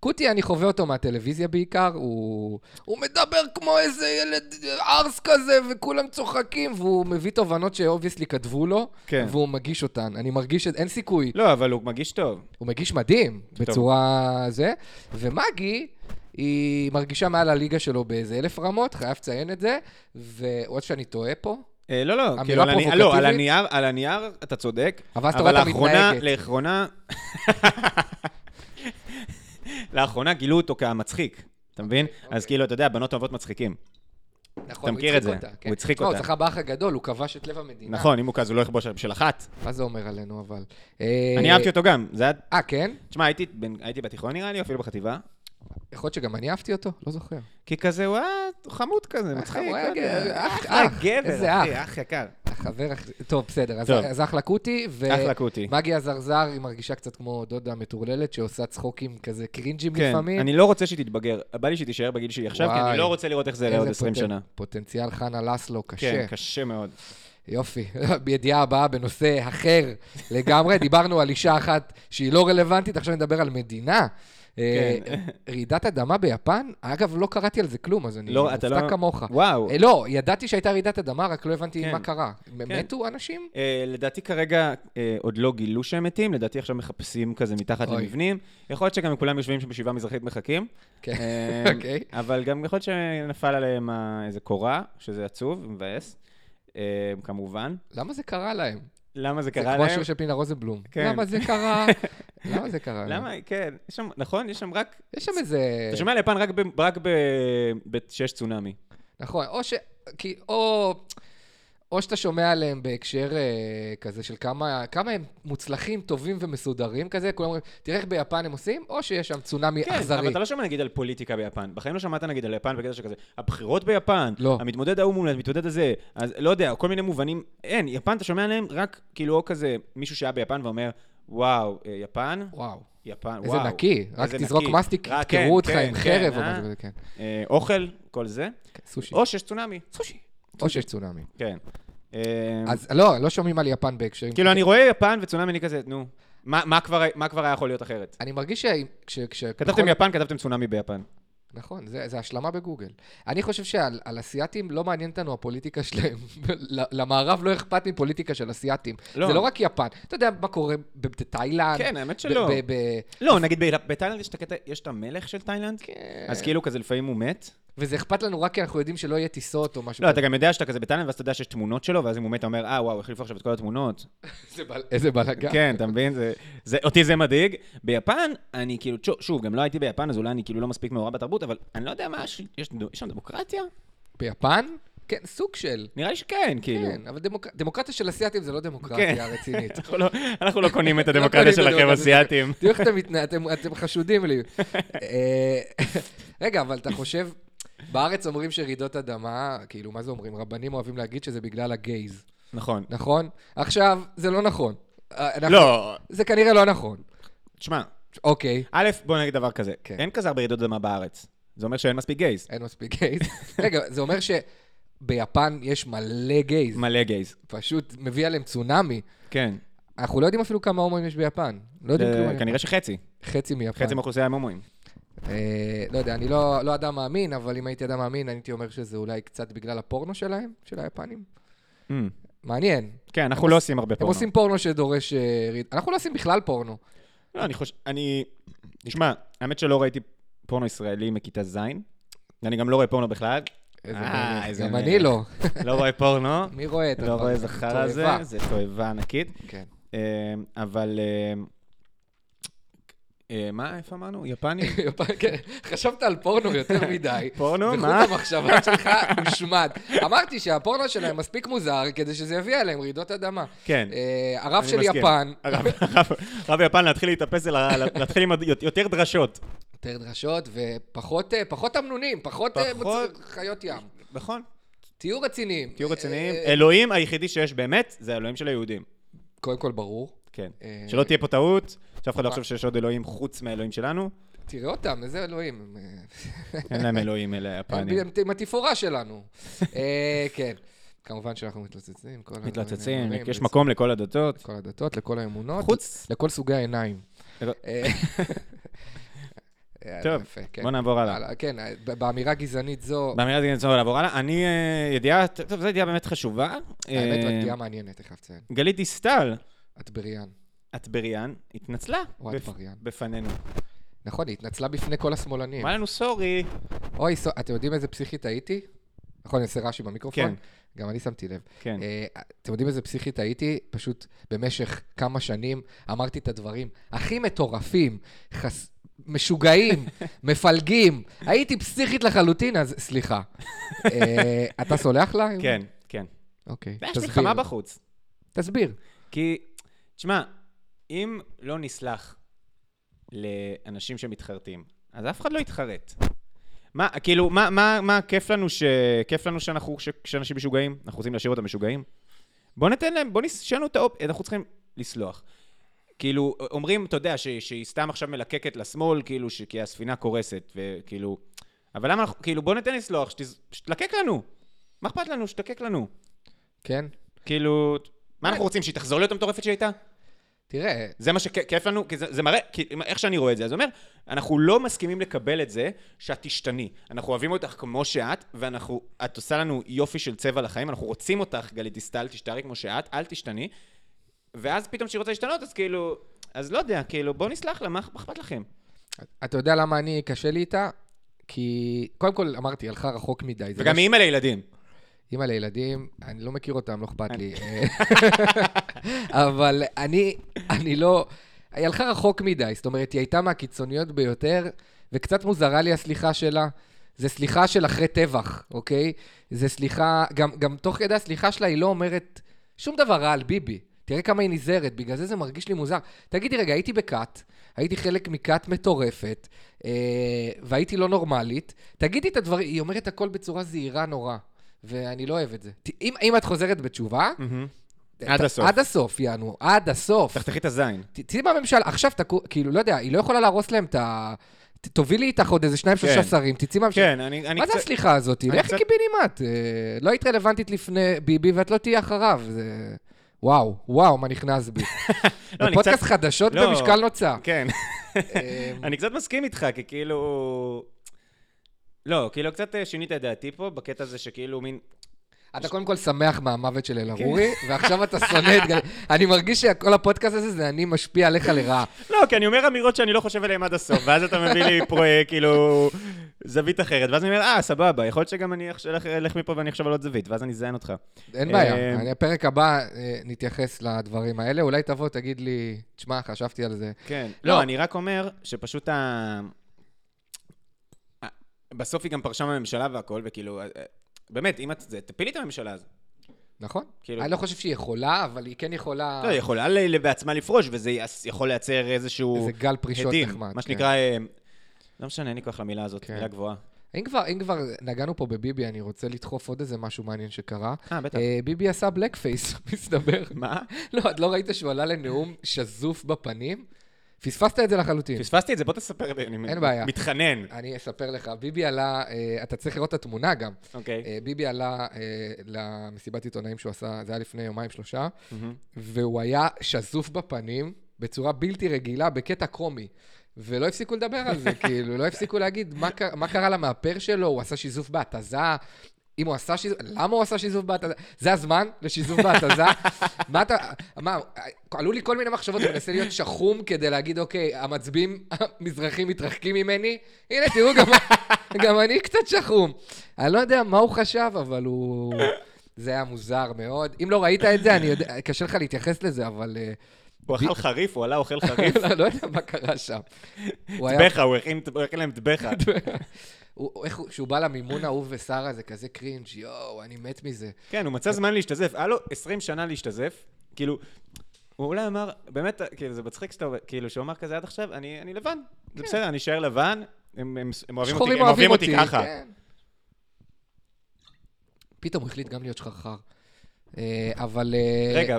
C: קוטי, אני חווה אותו מהטלוויזיה בעיקר, הוא, הוא מדבר כמו איזה ילד ערס כזה, וכולם צוחקים, והוא מביא תובנות שאובייסלי כתבו לו,
B: כן.
C: והוא מגיש אותן. אני מרגיש שאין סיכוי.
B: לא, אבל הוא מרגיש טוב.
C: הוא מגיש מדהים, בצורה זה. ומגי, היא מרגישה מעל הליגה שלו באיזה אלף רמות, חייב לציין את זה. ועוד שאני טועה פה,
B: אה, לא, לא,
C: אמירה
B: על הני- לא,
C: פרובוקטיבית?
B: על הנייר, על הנייר אתה צודק,
C: אבל אז אתה רואה אותה
B: לאחרונה,
C: מתנהגת.
B: לאחרונה, לאחרונה גילו אותו כמצחיק, אתה מבין?
C: אוקיי.
B: אז כאילו, אתה יודע, בנות אוהבות מצחיקים.
C: נכון,
B: מכיר
C: הוא
B: את זה,
C: הצחיק אותה.
B: הוא הצחיק
C: תשמע,
B: אותה.
C: הוא זכה באח הגדול, הוא כבש את לב המדינה.
B: נכון, אם הוא כזה, הוא לא יכבוש של אחת.
C: מה זה אומר עלינו, אבל?
B: אני אהבתי אותו גם, זה היה...
C: אה, כן?
B: תשמע, הייתי בן- הייתי בתיכון נראה לי, או אפילו בחטיבה.
C: יכול להיות שגם אני אהבתי אותו? לא זוכר.
B: כי כזה, הוא היה חמוד כזה, מצחיק.
C: אה, הוא היה
B: לא יודע,
C: גבר, אח,
B: אחלה
C: אח, איזה
B: גבר, אחי,
C: אח.
B: אח יקר.
C: החבר... הכ- טוב, בסדר. אז-
B: טוב.
C: אז אחלה קוטי, ו...
B: אחלה קוטי.
C: מגי הזרזר, היא מרגישה קצת כמו דודה מטורללת, שעושה צחוקים כזה קרינג'ים
B: כן,
C: לפעמים.
B: אני לא רוצה שתתבגר. בא לי שתישאר בגיל שלי עכשיו, כי
C: וואי.
B: אני לא רוצה לראות איך זה יהיה
C: איזה
B: עוד 20
C: פוטנ-
B: שנה.
C: פוטנציאל חנה לסלו קשה.
B: כן, קשה מאוד.
C: יופי. בידיעה הבאה בנושא אחר לגמרי. דיברנו על אישה אחת שהיא לא רלוונטית, עכשיו נדבר על מדינה. אה,
B: כן.
C: רעידת אדמה ביפן, אגב, לא קראתי על זה כלום, אז אני
B: לא, אתה לא...
C: מופתע כמוך.
B: וואו.
C: אה, לא, ידעתי שהייתה רעידת אדמה, רק לא הבנתי
B: כן.
C: מה קרה. מתו אנשים?
B: אה, לדעתי כרגע אה, עוד לא גילו שהם מתים, לדעתי עכשיו מחפשים כזה מתחת
C: אוי.
B: למבנים. יכול להיות שגם כולם יושבים שם בשבעה מזרחית מחכים.
C: כן.
B: אה,
C: אוקיי.
B: אבל גם יכול להיות שנפל עליהם ה- איזה קורה, שזה עצוב, מבאס, אה, כמובן.
C: למה זה קרה להם?
B: למה זה
C: זה
B: קרה
C: כמו
B: להם?
C: השיר של פנינה רוזנבלום.
B: כן.
C: למה זה קרה? למה זה קרה להם?
B: למה? כן, יש שם, נכון? יש שם רק...
C: יש שם איזה...
B: אתה שומע על יפן רק ב- רק ב- כשיש צונאמי.
C: נכון, או ש... כי... או... או שאתה שומע עליהם בהקשר אה, כזה של כמה, כמה הם מוצלחים, טובים ומסודרים כזה, כולם אומרים, תראה איך ביפן הם עושים, או שיש שם צונאמי
B: כן,
C: אכזרי.
B: אבל אתה לא שומע נגיד על פוליטיקה ביפן. בחיים לא שמעת נגיד על יפן בקטע שכזה. הבחירות ביפן,
C: לא.
B: המתמודד ההוא מול המתמודד הזה, אז לא יודע, כל מיני מובנים. אין, יפן אתה שומע עליהם רק כאילו או כזה מישהו שהיה ביפן ואומר, וואו, אה, יפן,
C: וואו,
B: יפן,
C: איזה
B: וואו.
C: נקי. רק
B: איזה
C: תזרוק
B: נקי.
C: מסטיק,
B: רק,
C: ידקרו
B: כן,
C: אותך
B: כן,
C: עם
B: כן,
C: חרב או
B: אה?
C: משהו כזה, כן.
B: אה, אוכל, כל זה.
C: כן, סושי.
B: או שיש צונאמי,
C: סושי. או שיש צונאמי.
B: כן. אה,
C: אז לא, לא שומעים על יפן בהקשרים.
B: כאילו, אני רואה יפן וצונאמי, אני כזה, נו, מה- מה כבר מה כבר היה יכול להיות אחרת?
C: אני מרגיש שכש...
B: כתבתם יפן, כתבתם צונאמי ביפן.
C: נכון, זה, זה השלמה בגוגל. אני חושב שעל על אסייתים לא מעניין אותנו הפוליטיקה שלהם. ל- למערב לא אכפת מפוליטיקה של אסייתים.
B: לא.
C: זה לא רק יפן. אתה יודע מה קורה בתאילנד?
B: כן, האמת
C: ב-
B: שלא.
C: ב- ב-
B: לא, נגיד ב- בתאילנד יש את הקטע, יש את המלך של תאילנד? כן. אז כאילו כזה לפעמים הוא מת?
C: וזה אכפת לנו רק כי אנחנו יודעים שלא יהיה טיסות או משהו
B: לא, אתה גם יודע שאתה כזה בתאילנד, ואז אתה יודע שיש תמונות שלו, ואז אם הוא מת, אתה אומר, אה, וואו, החליפו עכשיו את כל התמונות.
C: איזה בל- איזה בלאגן.
B: כן, אתה מבין? זה- זה- אותי זה מדאיג. ביפן, אני כאילו, שוב- שוב, גם לא הייתי ביפן, אז אולי אני כאילו לא מספיק מעורב בתרבות, אבל אני לא יודע מה, יש יש שם דמוקרטיה?
C: ביפן? כן, סוג של.
B: נראה לי שכן, כאילו.
C: כן, אבל דמוק- דמוקרטיה של אסייתים זה לא דמוקרטיה רצינית.
B: אנחנו לא- אנחנו לא קונים את
C: לא קונים
B: הדמוקרטיה
C: את
B: שלכם,
C: הדמוקרטיה
B: אסיאתים.
C: שלכם. תראו איך אתם מתנהג, אתם- אתם חשודים לי. אה, רגע, אבל אתה חושב, בארץ אומרים שרעידות אדמה, כאילו, מה זה אומרים? רבנים אוהבים להגיד שזה בגלל הגייז,
B: נכון.
C: נכון? עכשיו, זה לא נכון. אה, אנחנו-
B: לא,
C: זה כנראה לא נכון.
B: תשמע,
C: אוקיי,
B: א', בוא נגיד דבר כזה,
C: כן.
B: אין כזה הרבה רעידות אדמה בארץ. זה אומר שאין מספיק גייז.
C: אין מספיק גייז. רגע, זה אומר שביפן יש מלא גייז.
B: מלא גייז.
C: פשוט מביא עליהם צונאמי.
B: כן.
C: אנחנו לא יודעים אפילו כמה הומואים יש ביפן. לא יודעים כלום. כן.
B: זה-
C: עליהם.
B: אה, כנראה שחצי.
C: חצי מיפן.
B: חצי מהאוכלוסייה הם הומואים.
C: אה, לא יודע, אני לא, לא אדם מאמין, אבל אם הייתי אדם מאמין, הייתי אומר שזה אולי קצת בגלל הפורנו שלהם, של היפנים. כן.
B: Mm.
C: מעניין. הם
B: כן, אנחנו לא עושים הרבה פורנו.
C: עושים פורנו שדורש... אה, ריד- אנחנו לא עושים בכלל פורנו.
B: לא, אני חושב... אני... תשמע, האמת שלא ראיתי פורנו ישראלי מכיתה ז', ואני גם לא רואה פורנו בכלל.
C: איזה
B: אה,
C: מלך.
B: איזה
C: גם
B: מלך.
C: אני לא.
B: לא רואה פורנו,
C: מי רואה את
B: לא
C: הדבר
B: רואה
C: הזה?
B: זכר הזה,
C: תועבה.
B: זה תועבה ענקית.
C: כן.
B: אמ, אבל... אמ, אה, מה, איפה אמרנו? יפני?
C: יפן, כן. חשבת על פורנו יותר מדי.
B: פורנו? מה?
C: וחוט המחשבה שלך הושמד. אמרתי שהפורנו שלהם מספיק מוזר כדי שזה יביא עליהם רעידות אדמה.
B: כן.
C: אה, הרב
B: אני
C: של
B: מסכים.
C: יפן,
B: הרב- הרב- הרב יפן להתחיל להתאפס, אל ה- להתחיל עם הד- יותר דרשות.
C: יותר דרשות ופחות אה, פחות אמנונים, פחות אה,
B: פחות-
C: מצ- חיות ים.
B: נכון.
C: תהיו רציניים.
B: תהיו רציניים.
C: אה,
B: אלוהים היחידי שיש באמת, זה האלוהים של היהודים.
C: קודם כל, ברור.
B: כן.
C: אה,
B: שלא תהיה פה טעות, שאף אחד לא
C: אה.
B: יחשוב שיש עוד אלוהים חוץ מהאלוהים שלנו.
C: תראה אותם, איזה אלוהים. הם, אה,
B: אין להם אלוהים, אלה
C: הם
B: היפנים.
C: עם התפאורה שלנו. אה, כן. כמובן שאנחנו מתלוצצים. כל הדברים
B: מתלוצצים,
C: נאמרים,
B: יש מקום לכל הדתות.
C: לכל הדתות, לכל האמונות,
B: חוץ-
C: לכל סוגי העיניים.
B: לא.
C: אה, אה,
B: טוב,
C: יפה, כן.
B: בוא נעבור הלאה.
C: כן, אה, ב- באמירה גזענית זו,
B: באמירה הזאת נצטרך לעבור הלאה. אני, אה, ידיעה, טוב, זו ידיעה באמת חשובה.
C: האמת, זו
B: אה,
C: ידיעה מעניינת, אני חייב לציין.
B: גלית דיסטל,
C: אטבריאן,
B: אטבריאן, התנצלה
C: או
B: בפ-
C: אטבריאן.
B: בפנינו.
C: נכון, היא התנצלה בפני כל השמאלנים.
B: אמרה לנו סורי.
C: אוי, סו- אתם יודעים איזה פסיכית הייתי? נכון, אני עושה רעשי במיקרופון?
B: כן.
C: גם אני שמתי לב.
B: כן.
C: אה, אתם יודעים איזה פסיכית הייתי? פשוט במשך כמה שנים אמרתי את הדברים הכי מטורפים, חס... משוגעים, מפלגים. הייתי פסיכית לחלוטין, אז סליחה. אה, אתה סולח לה?
B: כן, כן.
C: אוקיי,
B: ויש
C: תסביר.
B: מלחמה בחוץ.
C: תסביר.
B: כי, תשמע, אם לא נסלח לאנשים שמתחרטים, אז אף אחד לא יתחרט. מה, כאילו, מה, מה, מה, כיף לנו ש... כיף לנו שאנחנו, ש... שאנשים משוגעים? אנחנו רוצים להשאיר אותם משוגעים? בוא ניתן להם, בוא נש... שיהיה לנו את האופ... אנחנו צריכים לסלוח. כאילו, אומרים, אתה יודע, ש... שהיא סתם עכשיו מלקקת לשמאל, כאילו, ש... כי הספינה קורסת, וכאילו... אבל למה אנחנו, כאילו, בוא ניתן לסלוח, שתז... שתלקק לנו. מה אכפת לנו? שתלקק לנו.
C: כן?
B: כאילו, מה אנחנו רוצים, שהיא תחזור להיות המטורפת שהייתה?
C: תראה,
B: זה מה שכיף לנו, כי זה, זה מראה, כי איך שאני רואה את זה, אז זה אומר, אנחנו לא מסכימים לקבל את זה שאת תשתני. אנחנו אוהבים אותך כמו שאת, ואנחנו, את עושה לנו יופי של צבע לחיים, אנחנו רוצים אותך, גלית דיסטל, תשתערי כמו שאת, אל תשתני. ואז פתאום כשהיא רוצה להשתנות, אז כאילו, אז לא יודע, כאילו, בוא נסלח לה, מה אכ- מה אכפת לכם?
C: אתה יודע למה אני קשה לי איתה? כי קודם כל אמרתי, הלכה רחוק מדי. זה לא
B: וגם היא אימא לילדים.
C: אימא לילדים, אני לא מכיר אותם, לא אכפת
B: כן.
C: לי. אבל אני, אני לא... היא הלכה רחוק מדי, זאת אומרת, היא הייתה מהקיצוניות ביותר, וקצת מוזרה לי הסליחה שלה. זה סליחה של אחרי טבח, אוקיי? זה סליחה, גם, גם תוך כדי הסליחה שלה היא לא אומרת שום דבר רע על ביבי. תראה כמה היא נזהרת, בגלל זה זה מרגיש לי מוזר. תגידי, רגע, הייתי בכת, הייתי חלק מכת מטורפת, אה, והייתי לא נורמלית. תגידי את הדברים, היא אומרת הכל בצורה זהירה נורא, ואני לא אוהב את זה. ת- אם, אם את חוזרת בתשובה...
B: עד
C: ת-
B: הסוף.
C: עד הסוף, יענו, עד הסוף.
B: תחתכי את הזין.
C: ת- תהיי בממשלה, עכשיו תקו... כאילו, לא יודע, היא לא יכולה להרוס להם את ה... ת- תובילי איתך עוד איזה שניים,
B: כן.
C: שלושה שרים, תצאי מהממשלה.
B: כן, אני, אני
C: מה זה
B: קצת...
C: הסליחה הזאת?
B: אני
C: לכי
B: קצת-
C: קיבינימט. אה, לא היית רלוונטית לפני ביבי ואת לא תהיי אחריו. זה... וואו, וואו, מה נכנס בי.
B: לא, אני
C: בפודקאסט
B: קצת-
C: חדשות
B: לא.
C: במשקל נוצה.
B: כן.
C: אה,
B: אני קצת מסכים איתך, כי כאילו... לא, כאילו קצת אה, שינית את דעתי פה, בקטע הזה שכאילו מין...
C: אתה קודם כל שמח מהמוות של
B: כן.
C: אלהרורי, ועכשיו אתה שונא את גל... אני מרגיש שכל הפודקאסט הזה, זה אני משפיע עליך לרעה.
B: לא, כי אני אומר אמירות שאני לא חושב עליהן עד הסוף, ואז אתה מביא לי פרויקט, כאילו, זווית אחרת, ואז אני אומר, אה, סבבה, יכול להיות שגם אני אחש- אלך- אלך מפה ואני אחשוב על עוד זווית, ואז אני אזיין אותך.
C: אין
B: אה,
C: בעיה. אני- הפרק הבא, אה, נתייחס לדברים האלה. אולי תבוא, תגיד לי, תשמע, חשבתי על זה.
B: כן.
C: לא.
B: לא, אני רק אומר שפשוט ה... ה- בסוף היא גם פרשה מהממשלה והכל, וכאילו, אה, אה, באמת, אם את... זה, תפילי את הממשלה הזאת.
C: נכון?
B: כאילו-
C: אני לא חושב שהיא יכולה, אבל היא כן יכולה...
B: לא, היא יכולה ל- ל- בעצמה לפרוש, וזה יעש- יכול לייצר איזשהו...
C: איזה גל פרישות
B: הדים,
C: נחמד,
B: מה
C: כן.
B: שנקרא... אה, לא משנה, אין לי כוח למילה הזאת,
C: כן.
B: מילה גבוהה.
C: אם כבר, אם כבר נגענו פה בביבי, אני רוצה לדחוף עוד איזה משהו מעניין שקרה.
B: אה, בטח.
C: אה, ביבי עשה בלק פייס, מסתבר.
B: מה?
C: לא, את לא ראית שהוא עלה לנאום שזוף בפנים? פספסת את זה לחלוטין.
B: פספסתי את זה, בוא תספר לי, אני
C: אין בעיה. אה,
B: מתחנן.
C: אני אספר לך, ביבי עלה, אה, אתה צריך לראות את התמונה גם.
B: אוקיי.
C: אה, ביבי עלה אה, למסיבת עיתונאים שהוא עשה, זה היה לפני יומיים שלושה,
B: Mm-hmm.
C: והוא היה שזוף בפנים בצורה בלתי רגילה, בקטע קומי. ולא הפסיקו לדבר על זה, כאילו, לא הפסיקו להגיד מה, קר, מה קרה למאפר שלו, הוא עשה שיזוף בהתזה, אם הוא עשה שיזוף, למה הוא עשה שיזוף בהתזה? זה הזמן לשיזוף בהתזה? מה אתה, מה, עלו לי כל מיני מחשבות, הוא מנסה להיות שחום כדי להגיד, אוקיי, המצביעים המזרחים מתרחקים ממני, הנה, תראו, גם, גם אני קצת שחום. אני לא יודע מה הוא חשב, אבל הוא... זה היה מוזר מאוד. אם לא ראית את זה, אני יודע, קשה לך להתייחס לזה, אבל... אה,
B: הוא אכל חריף, הוא עלה אוכל חריף.
C: לא, לא יודע מה קרה שם. הוא היה...
B: טבחה, הוא הכין הוא הכין להם טבחה.
C: הוא- איך הוא- כשהוא בא למימון ההוא ושרה, זה כזה קרינג', יואו, אני מת מזה.
B: כן, הוא מצא זמן להשתזף. היה לו 20 שנה להשתזף. כאילו, הוא אולי אמר, באמת, כאילו, זה מצחיק שאתה, כאילו, שהוא אמר כזה עד עכשיו, אני אני לבן. זה בסדר, אני אשאר לבן. הם- הם הם כן. אוהבים אותי- כן.
C: שחורים
B: הם אוהבים אותי ככה.
C: כן. פתאום הוא החליט גם להיות שחרחר. אה, אבל... אה,
B: רגע,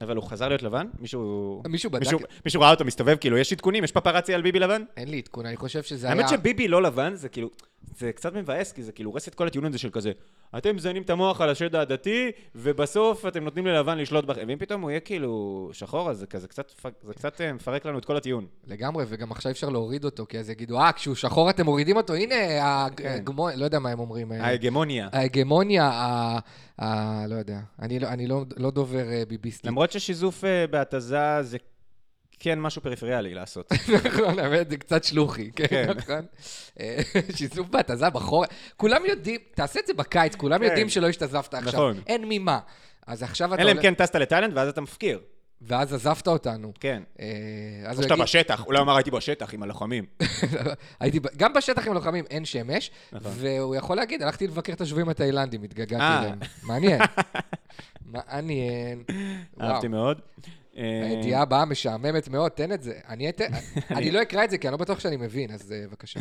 B: אבל הוא חזר להיות לבן? מישהו...
C: מישהו בדק?
B: מישהו- מישהו ראה אותו מסתובב, כאילו, יש עדכונים? יש פפרצי על ביבי לבן?
C: אין לי עדכון, אני חושב שזה היה...
B: האמת שביבי לא לבן, זה כאילו, זה קצת מבאס, כי זה כאילו הורס את כל הטיעון הזה של כזה, אתם מזיינים את המוח על השד העדתי, ובסוף אתם נותנים ללבן לשלוט בכם. ואם פתאום הוא יהיה כאילו שחור, אז זה כזה קצת, פ- זה קצת אה, מפרק לנו את כל הטיעון.
C: לגמרי, וגם עכשיו אפשר להוריד אותו, כי אז יגידו, אה, כשהוא שחור אתם מורידים אותו, הנה,
B: כן.
C: ההגמונ... לא יודע מה הם אומרים. אה,
B: ההגמוניה.
C: ההגמוניה, ה... ה... לא יודע. אני לא, אני לא, לא דובר אה, ביביסטי.
B: למרות ששיזוף אה, בהתזה זה כן משהו פריפריאלי לעשות.
C: נכון, האמת, זה קצת שלוחי, כן,
B: כן.
C: נכון? אה, שיזוף בהתזה בחורף. כולם יודעים, תעשה את זה בקיץ, כולם
B: כן.
C: יודעים שלא השתזפת עכשיו.
B: נכון.
C: אין ממה. אז עכשיו אתה...
B: אלא אם
C: עולה-
B: כן טסת לתאילנד ואז אתה מפקיר.
C: ואז עזבת אותנו.
B: כן.
C: אה,
B: או
C: אז הוא
B: שאתה
C: יגיד-
B: בשטח, אולי הוא אמר הייתי בשטח עם הלוחמים.
C: הייתי, ב- גם בשטח עם לוחמים אין שמש,
B: נכון.
C: והוא יכול להגיד, הלכתי לבקר את השבויים התאילנדים,
B: אה.
C: התגעגעתי אליהם. מעניין. מעניין. וואו.
B: אהבתי מאוד. אה,
C: הידיעה הבאה משעממת מאוד, תן את זה. אני אתן, אני לא אקרא את זה, כי אני לא בטוח שאני מבין, אז אה, בבקשה.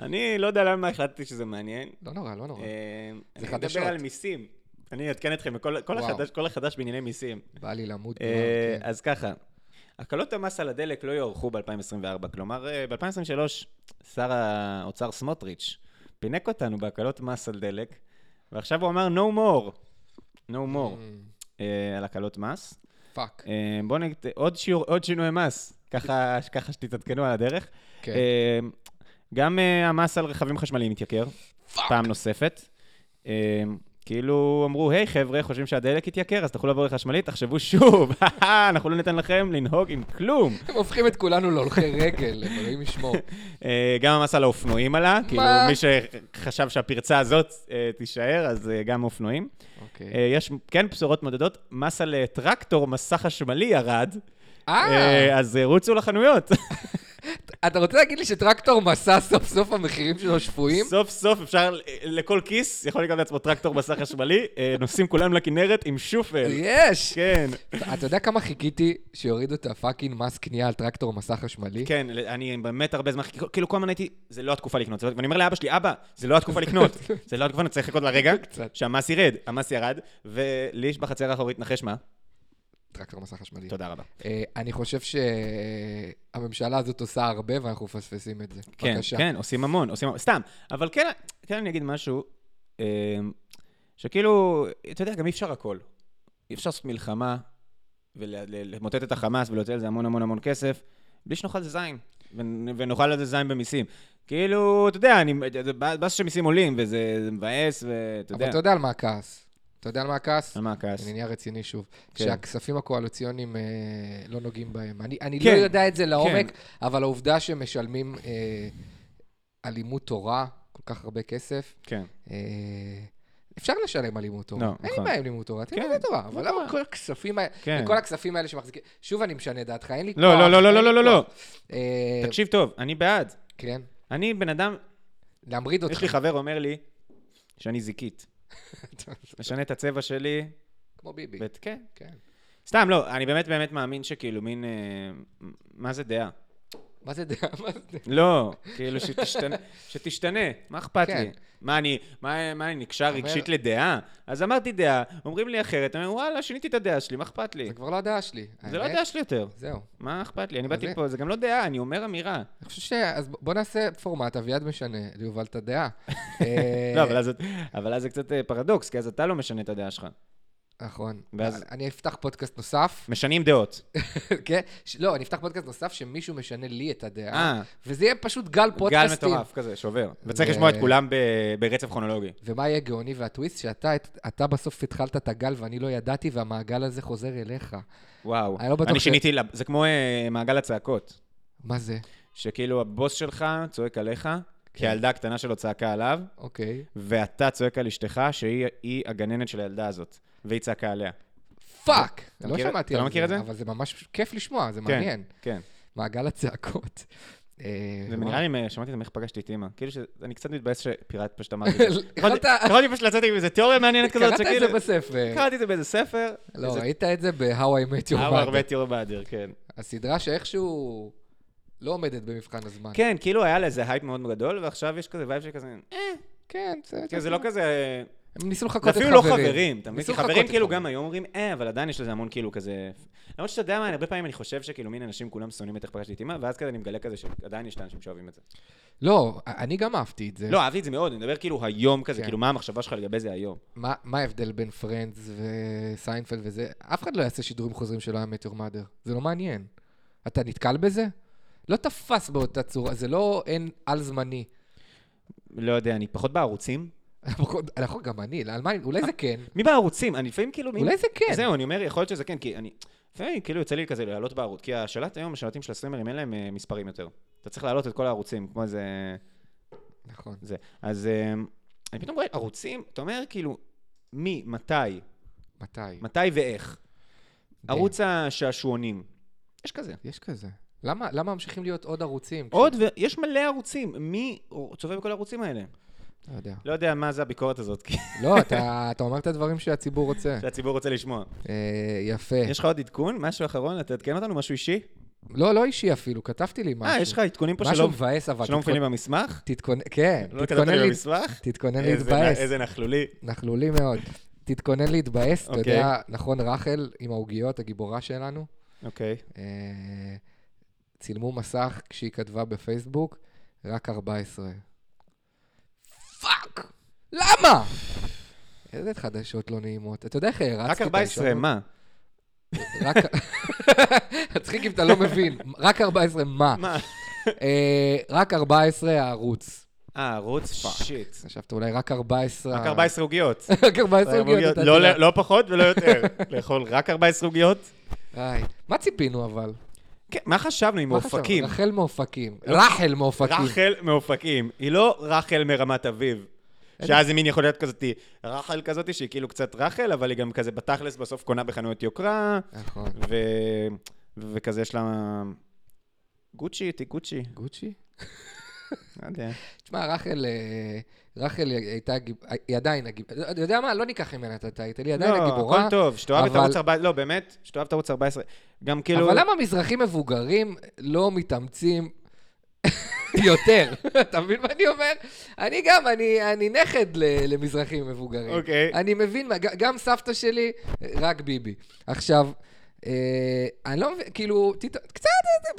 B: אני לא יודע למה החלטתי שזה מעניין.
C: לא נורא, לא נורא.
B: אה,
C: זה
B: אני
C: חדשות.
B: אדבר על מיסים. אני אעדכן אתכם בכל כל
C: וואו.
B: החדש, כל החדש בענייני מיסים.
C: בא לי למות. כבר,
B: אה,
C: כן.
B: אז ככה, הקלות המס על הדלק לא יוארכו ב-2024. כלומר, אה, ב-2023 שר האוצר סמוטריץ' פינק אותנו בהקלות מס על דלק, ועכשיו הוא אמר no more, no more, אה, על הקלות מס.
C: Mm, פאק.
B: אה, בואו נגיד, עוד שיעור, עוד שינוי מס, ככה ככה שתתעדכנו על הדרך.
C: כן.
B: אה, גם אה, המס על רכבים חשמליים התייקר, פעם נוספת. אה, כאילו אמרו, היי חבר'ה, חושבים שהדלק התייקר, אז תוכלו לעבור לחשמלית, תחשבו שוב, אנחנו לא ניתן לכם לנהוג עם כלום.
C: הם הופכים את כולנו להולכי רגל, אלוהים ישמור.
B: אה, גם המס על האופנועים עלה, כאילו
C: מה?
B: מי שחשב שהפרצה הזאת אה, תישאר, אז אה, גם אופנועים.
C: אוקיי.
B: אה, יש כן בשורות מודדות, מס על אה, טרקטור, מסע חשמלי ירד,
C: אה,
B: אה, אז אה, רוצו לחנויות.
C: אתה רוצה להגיד לי שטרקטור מסע סוף סוף המחירים שלו שפויים?
B: סוף סוף אפשר, אה, לכל כיס יכול לקנות לעצמו טרקטור מסע חשמלי, אה, נוסעים כולם לכנרת עם שופל.
C: יש!
B: כן,
C: אתה יודע כמה חיכיתי שיורידו את הפאקינג מס קנייה על טרקטור מסע חשמלי?
B: כן, ל- אני באמת הרבה זמן, חיכיתי, כאילו כל הזמן הייתי, זה לא התקופה לקנות, זה לא- ואני אומר לאבא שלי, אבא, זה לא התקופה לקנות, זה לא התקופה, אני צריך לחכות לרגע,
C: קצת.
B: שהמס ירד, המס ירד, ולי יש בחצר האחורית, נחש מה?
C: טרקטור מסע חשמלי.
B: תודה רבה.
C: אה, אני חושב שהממשלה הזאת עושה הרבה ואנחנו מפספסים את זה.
B: כן,
C: בבקשה.
B: כן, עושים המון, עושים המון, סתם. אבל כן, כן אני אגיד משהו, אה, שכאילו, אתה יודע, גם אי אפשר הכל. אי אפשר לעשות מלחמה ולמוטט את החמאס ולהוציא על זה המון המון המון כסף, בלי שנאכל על זה זין, ונ- ונאכל על זה זין במיסים. כאילו, אתה יודע, אני, זה באס שמיסים עולים, וזה זה מבאס, ואתה
C: אבל
B: יודע.
C: אתה יודע על מה הכעס. אתה יודע על מה הכעס?
B: על מה הכעס?
C: אני נהיה רציני שוב.
B: כן.
C: שהכספים הקואליציוניים אה, לא נוגעים בהם. אני- אני לא
B: כן,
C: יודע את זה לעומק, אבל העובדה שמשלמים אה, על לימוד תורה כל כך הרבה כסף,
B: כן.
C: אה, אפשר לשלם על לימוד תורה.
B: לא,
C: אין לי
B: נכון.
C: בעיה עם לימוד תורה, תלמד
B: כן,
C: לימוד תורה. אבל למה כל הכספים האלה,
B: כן.
C: כל הכספים האלה שמחזיקים... שוב, אני משנה דעתך, אין לי כוח.
B: לא, לא, לא, לא,
C: אין
B: לא,
C: לי
B: לא, לא, לא.
C: כוח. אה,
B: תקשיב טוב, אני בעד.
C: כן,
B: אני בן אדם,
C: להמריד אותך.
B: יש לי חבר אומר לי שאני זיקית. משנה את הצבע שלי,
C: כמו ביבי.
B: ואת- כן.
C: כן.
B: סתם, לא, אני באמת באמת מאמין שכאילו מין... אה, מה זה דעה?
C: מה זה דעה? מה זה דעה?
B: לא, כאילו שתשתנה, שתשתנה, מה אכפת
C: כן.
B: לי? מה אני, מה, מה אני נקשר
C: אומר-
B: רגשית לדעה? אז אמרתי דעה, אומרים לי אחרת, אני אומר, וואלה, שיניתי את הדעה שלי, מה אכפת לי?
C: זה כבר לא הדעה שלי.
B: זה לא
C: האמת,
B: הדעה שלי יותר.
C: זהו.
B: מה אכפת לי? אני
C: אז
B: באתי
C: זה-
B: פה, זה גם לא דעה, אני אומר אמירה.
C: אני חושב ש... אז בוא נעשה פורמט, אביעד משנה, ליובל את הדעה. אה,
B: לא, אבל אז, אבל אז זה קצת אה, פרדוקס, כי אז אתה לא משנה את הדעה שלך.
C: נכון.
B: ואז-
C: אני אפתח פודקאסט נוסף,
B: משנים דעות.
C: כן? ש- לא, אני אפתח פודקאסט נוסף שמישהו משנה לי את הדעה,
B: אה,
C: וזה יהיה פשוט גל
B: גל
C: פודקאסטים.
B: מטורף כזה, שובר. וצריך
C: זה-
B: לשמוע את כולם ב- ברצף כרונולוגי.
C: ומה יהיה גאוני והטוויסט? שאתה אתה בסוף התחלת את הגל ואני לא ידעתי, והמעגל הזה חוזר אליך.
B: וואו.
C: אני לא בטוח
B: אני
C: ש-
B: שיניתי, לב- זה כמו אה, מעגל הצעקות.
C: מה זה?
B: שכאילו הבוס שלך צועק עליך,
C: כן.
B: כי הילדה הקטנה שלו צעקה עליו,
C: אוקיי.
B: ואתה צועק על אשתך, שהיא היא הגננת של הילדה הזאת, והיא צעקה עליה.
C: פאק!
B: אתה
C: לא
B: מכיר-
C: שמעתי על זה.
B: אתה לא מכיר את זה?
C: אבל זה ממש כיף לשמוע, זה
B: כן,
C: מעניין.
B: כן.
C: מעגל הצעקות. אה,
B: זה
C: וואו.
B: נראה לי, מה- שמעתי את זה, איך פגשתי את אימא. כאילו שאני קצת מתבאס שפיראט פשוט אמרתי את זה.
C: יכלת-
B: יכולתי- יכולתי פשוט לצאת עם איזה תיאוריה מעניינת כזאת,
C: קראת את
B: שכאילו...
C: זה בספר.
B: קראתי את זה באיזה ספר.
C: לא, ראית את זה ב-How I Met Your
B: הרבה הרבה
C: Mother.
B: תיאור באדיר, כן.
C: הסדרה שאיכשהו לא עומדת במבחן הזמן.
B: כן,
C: אה,
B: כאילו היה לזה הייפ מאוד גדול, ועכשיו יש כזה וייב שכזה...
C: כן, בסדר.
B: כאילו, זה לא כזה...
C: הם ניסו לחכות את
B: אפילו
C: חברים.
B: לא חברים, אתה מבין?
C: ניסו
B: כי
C: לחקות
B: חברים
C: את
B: כאילו גם היום אומרים, אה, אבל עדיין יש לזה המון כאילו כזה... למרות שאתה יודע מה, אני- הרבה פעמים אני חושב שכאילו מין אנשים כולם שונאים את איך פגשתי את אמא, ואז כזה אני מגלה כזה שעדיין יש את האנשים שאוהבים את זה.
C: לא, אני גם אהבתי את זה.
B: לא, אהבתי את זה מאוד, אני מדבר כאילו היום כזה,
C: כן.
B: כאילו מה המחשבה שלך לגבי זה היום.
C: מה מה ההבדל בין פרנדס וסיינפלד וזה? אף אחד לא יעשה שידורים חוזרים של היה מטר מאדר. זה לא מעניין. אתה נתקל בזה? לא תפס באותה צורה, זה לא אין על זמני.
B: לא יודע, אני פחות בערוצים.
C: נכון, גם אני, על מה, אולי זה כן.
B: מי בערוצים? אני לפעמים כאילו... מי-
C: אולי זה כן.
B: זהו, אני אומר, יכול להיות שזה כן, כי אני... לפעמים כאילו יוצא לי כזה לעלות בערוץ, כי השלט היום, השלטים של הסטרימרים, אין להם אה, מספרים יותר. אתה צריך להעלות את כל הערוצים, כמו איזה...
C: נכון.
B: זה. אז אה, אני פתאום רואה ערוצים, אתה אומר כאילו, מי, מתי,
C: מתי?
B: מתי ואיך.
C: כן.
B: ערוץ השעשועונים. יש כזה.
C: יש כזה. למה למה ממשיכים להיות עוד ערוצים?
B: עוד, ו... יש מלא ערוצים. מי צופה בכל הערוצים האלה?
C: לא יודע.
B: לא יודע מה זה הביקורת הזאת, כי
C: לא, אתה אתה אומר את הדברים שהציבור רוצה.
B: שהציבור רוצה לשמוע.
C: אה, יפה.
B: יש לך עוד עדכון? משהו אחרון? אתה תעדכן אותנו? משהו אישי?
C: לא, לא אישי אפילו, כתבתי לי משהו.
B: אה, יש לך עדכונים פה
C: משהו
B: שלא
C: מבאס, אבל...
B: שלא
C: תתכונן-
B: מופיעים במסמך?
C: תתכונן, כן,
B: לא כתבת
C: תתכונן
B: לי
C: לי-
B: במסמך?
C: תתכונן
B: איזה
C: להתבאס.
B: נ- איזה נכלולי.
C: נכלולי מאוד. תתכונן להתבאס, אתה
B: אוקיי.
C: יודע, נכון, רחל עם העוגיות, הגיבורה שלנו,
B: אוקיי.
C: אה, צילמו מסך כשהיא כתבה בפייסבוק, רק 14. פאק! למה? איזה חדשות לא נעימות. אתה יודע איך הרצתי
B: רק 14, מה?
C: רק... מצחיק אם אתה לא מבין. רק 14, מה?
B: מה?
C: אה, רק 14 הערוץ.
B: אה, ערוץ? שיט.
C: חשבת אולי רק 14...
B: רק 14 עוגיות.
C: רק 14 אה. עוגיות. אתה
B: לא-
C: יודע.
B: לא פחות ולא יותר. לאכול רק 14 עוגיות? לא.
C: איי, מה ציפינו אבל?
B: כן, מה חשבנו עם
C: מה חשבת?
B: מאופקים? לא.
C: רחל מאופקים. רחל מאופקים.
B: רחל מאופקים. היא לא רחל מרמת אביב. שאז היא מין יכולה להיות כזאת, רחל כזאת שהיא כאילו קצת רחל, אבל היא גם כזה בתכלס בסוף קונה בחנויות יוקרה,
C: נכון.
B: ו... ו- וכזה יש לה... גוצ'י, תהי גוצ'י.
C: גוצ'י?
B: לא יודע.
C: תשמע, רחל, אה, רחל היא הייתה, גיב- היא עדיין, הגיב- לא, אתה יודע מה? לא ניקח ממנה את הטייטל, היא עדיין הגיבורה.
B: לא, הכל טוב, שתאהב את
C: אבל-
B: ערוץ 14, לא, באמת, שתאהב את ערוץ 14. גם כאילו...
C: אבל למה מזרחים מבוגרים לא מתאמצים יותר? אתה מבין מה אני אומר? אני גם, אני, אני נכד ל- למזרחים מבוגרים.
B: אוקיי.
C: אני מבין, מה- ג- גם סבתא שלי, רק ביבי. עכשיו, אה, אני לא מבין, כאילו, תת, קצת,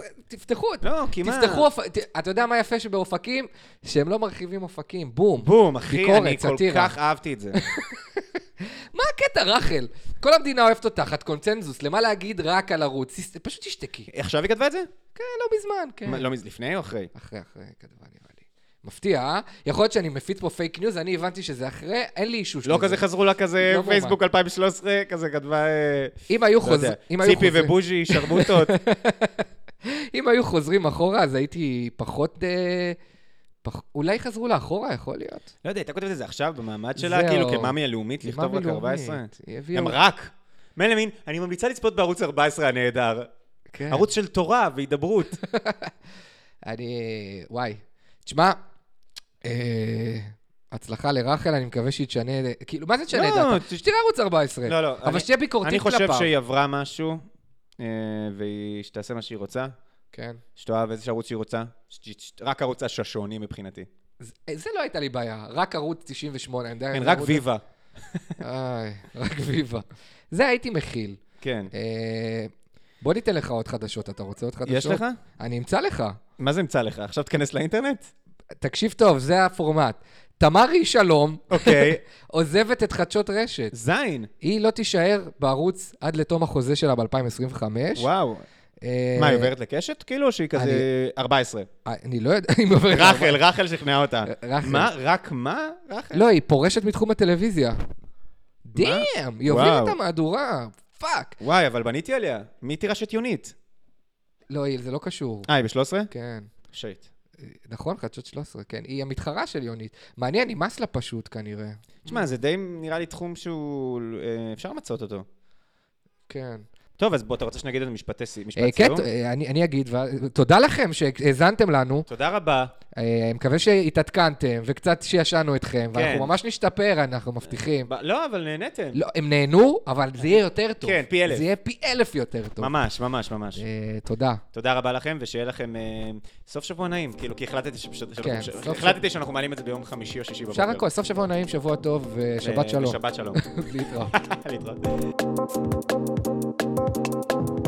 C: אה, תפתחו,
B: לא, כי מה?
C: תפתחו, אופ... ת- אתה יודע מה יפה שבאופקים? שהם לא מרחיבים אופקים, בום.
B: בום, אחי,
C: ביקורת,
B: אני כל
C: סאטירה.
B: כך אהבתי את זה.
C: מה הקטע, רחל? כל המדינה אוהבת אותך, את קונצנזוס, למה להגיד רק על ערוץ? תס- פשוט תשתקי.
B: עכשיו היא כתבה את זה?
C: כן, לא מזמן, כן.
B: מה, לא מז- לפני או אחרי?
C: אחרי, אחרי, כתבה נראה לי. מפתיע, אה? יכול להיות שאני מפיץ פה פייק ניוז, אני הבנתי שזה אחרי, אין לי אישוש
B: לא כזה חזרו לה כזה
C: לא מובן.
B: פייסבוק 2013, כזה כתבה... אה,
C: אם היו,
B: לא
C: חוז...
B: יודע,
C: אם, היו
B: ציפי
C: חוזרים...
B: ובוז'י, שרמוטות.
C: אם היו חוזרים אחורה, אז הייתי פחות... אה... פח... אולי חזרו לאחורה, יכול להיות.
B: לא יודע, הייתה כותבת את זה עכשיו במעמד שלה,
C: זהו.
B: כאילו כמאמי הלאומית, לכתוב רק
C: מאמי לאומית,
B: 14?
C: היא הביאה...
B: הם רק. מילא מין, אני ממליצה לצפות בערוץ 14 הנהדר.
C: כן.
B: ערוץ של תורה והידברות.
C: אני... וואי. תשמע, אה... הצלחה לרחל, אני מקווה שהיא תשנה... כאילו, מה זה תשנה
B: לא,
C: את דעתה?
B: תש-
C: שתראה ערוץ 14.
B: לא, לא,
C: אבל
B: אני-
C: שתהיה ביקורתית
B: אני
C: כלפיו.
B: חושב שהיא עברה משהו, אה, והיא שתעשה מה שהיא רוצה,
C: כן.
B: שתאהב איזה ערוץ שהיא רוצה, ש- ש- ש- רק ערוץ השושונים מבחינתי.
C: זה- זה לא הייתה לי בעיה, רק ערוץ 98, אני יודע...
B: כן,
C: אם
B: רק
C: ערוץ-
B: ויווה.
C: איי, רק ויווה. זה הייתי מכיל.
B: כן.
C: אה, בוא ניתן לך עוד חדשות, אתה רוצה עוד חדשות?
B: יש לך?
C: אני אמצא לך.
B: מה זה אמצא לך? עכשיו תיכנס לאינטרנט?
C: תקשיב טוב, זה הפורמט. תמרי שלום
B: אוקיי.
C: עוזבת את חדשות רשת.
B: זין.
C: היא לא תישאר בערוץ עד לתום החוזה שלה ב-2025.
B: וואו.
C: אה,
B: מה, היא עוברת לקשת? כאילו, שהיא כזה 14.
C: אני לא יודע אם היא עוברת...
B: רחל, רחל שכנעה אותה.
C: אה, רחל.
B: מה? רק מה? רחל?
C: לא, היא פורשת מתחום הטלוויזיה. דאם, היא עוברת את
B: וואו.
C: המהדורה, פאק.
B: וואי, אבל בניתי עליה. מי תירשת יונית?
C: לא, היא- זה לא קשור.
B: אה, היא ב-13?
C: כן.
B: שיט.
C: נכון, חדשות 13, כן. היא המתחרה של יונית. מעניין, נמאס לה פשוט כנראה.
B: תשמע, זה די נראה לי תחום שהוא... אה, אפשר למצות אותו.
C: כן.
B: טוב, אז בוא, אתה רוצה שנגיד איזה משפטי סי-
C: אה,
B: משפט
C: כן,
B: סיום?
C: אה, אני אני אגיד, ו- תודה לכם שהאזנתם לנו.
B: תודה רבה.
C: אה, מקווה שהתעדכנתם, וקצת שישנו אתכם,
B: כן.
C: ואנחנו ממש נשתפר, אנחנו מבטיחים.
B: ב- לא, אבל נהניתם.
C: לא, הם נהנו, אבל זה יהיה יותר טוב.
B: כן, פי אלף.
C: זה יהיה פי אלף יותר טוב.
B: ממש, ממש, ממש.
C: אה, תודה.
B: תודה רבה לכם, ושיהיה לכם אה, סוף שבוע נעים. כאילו, כי החלטתי שפשוט...
C: כן,
B: ש-
C: סוף
B: החלטתי שאנחנו מעלים את זה ביום חמישי או שישי בבוקר. אה,
C: אפשר הכל, סוף שבוע נעים, שבוע טוב, ושבת
B: ו-
C: שלום.
B: ושבת שלום.
C: להתראות.
B: להתראות.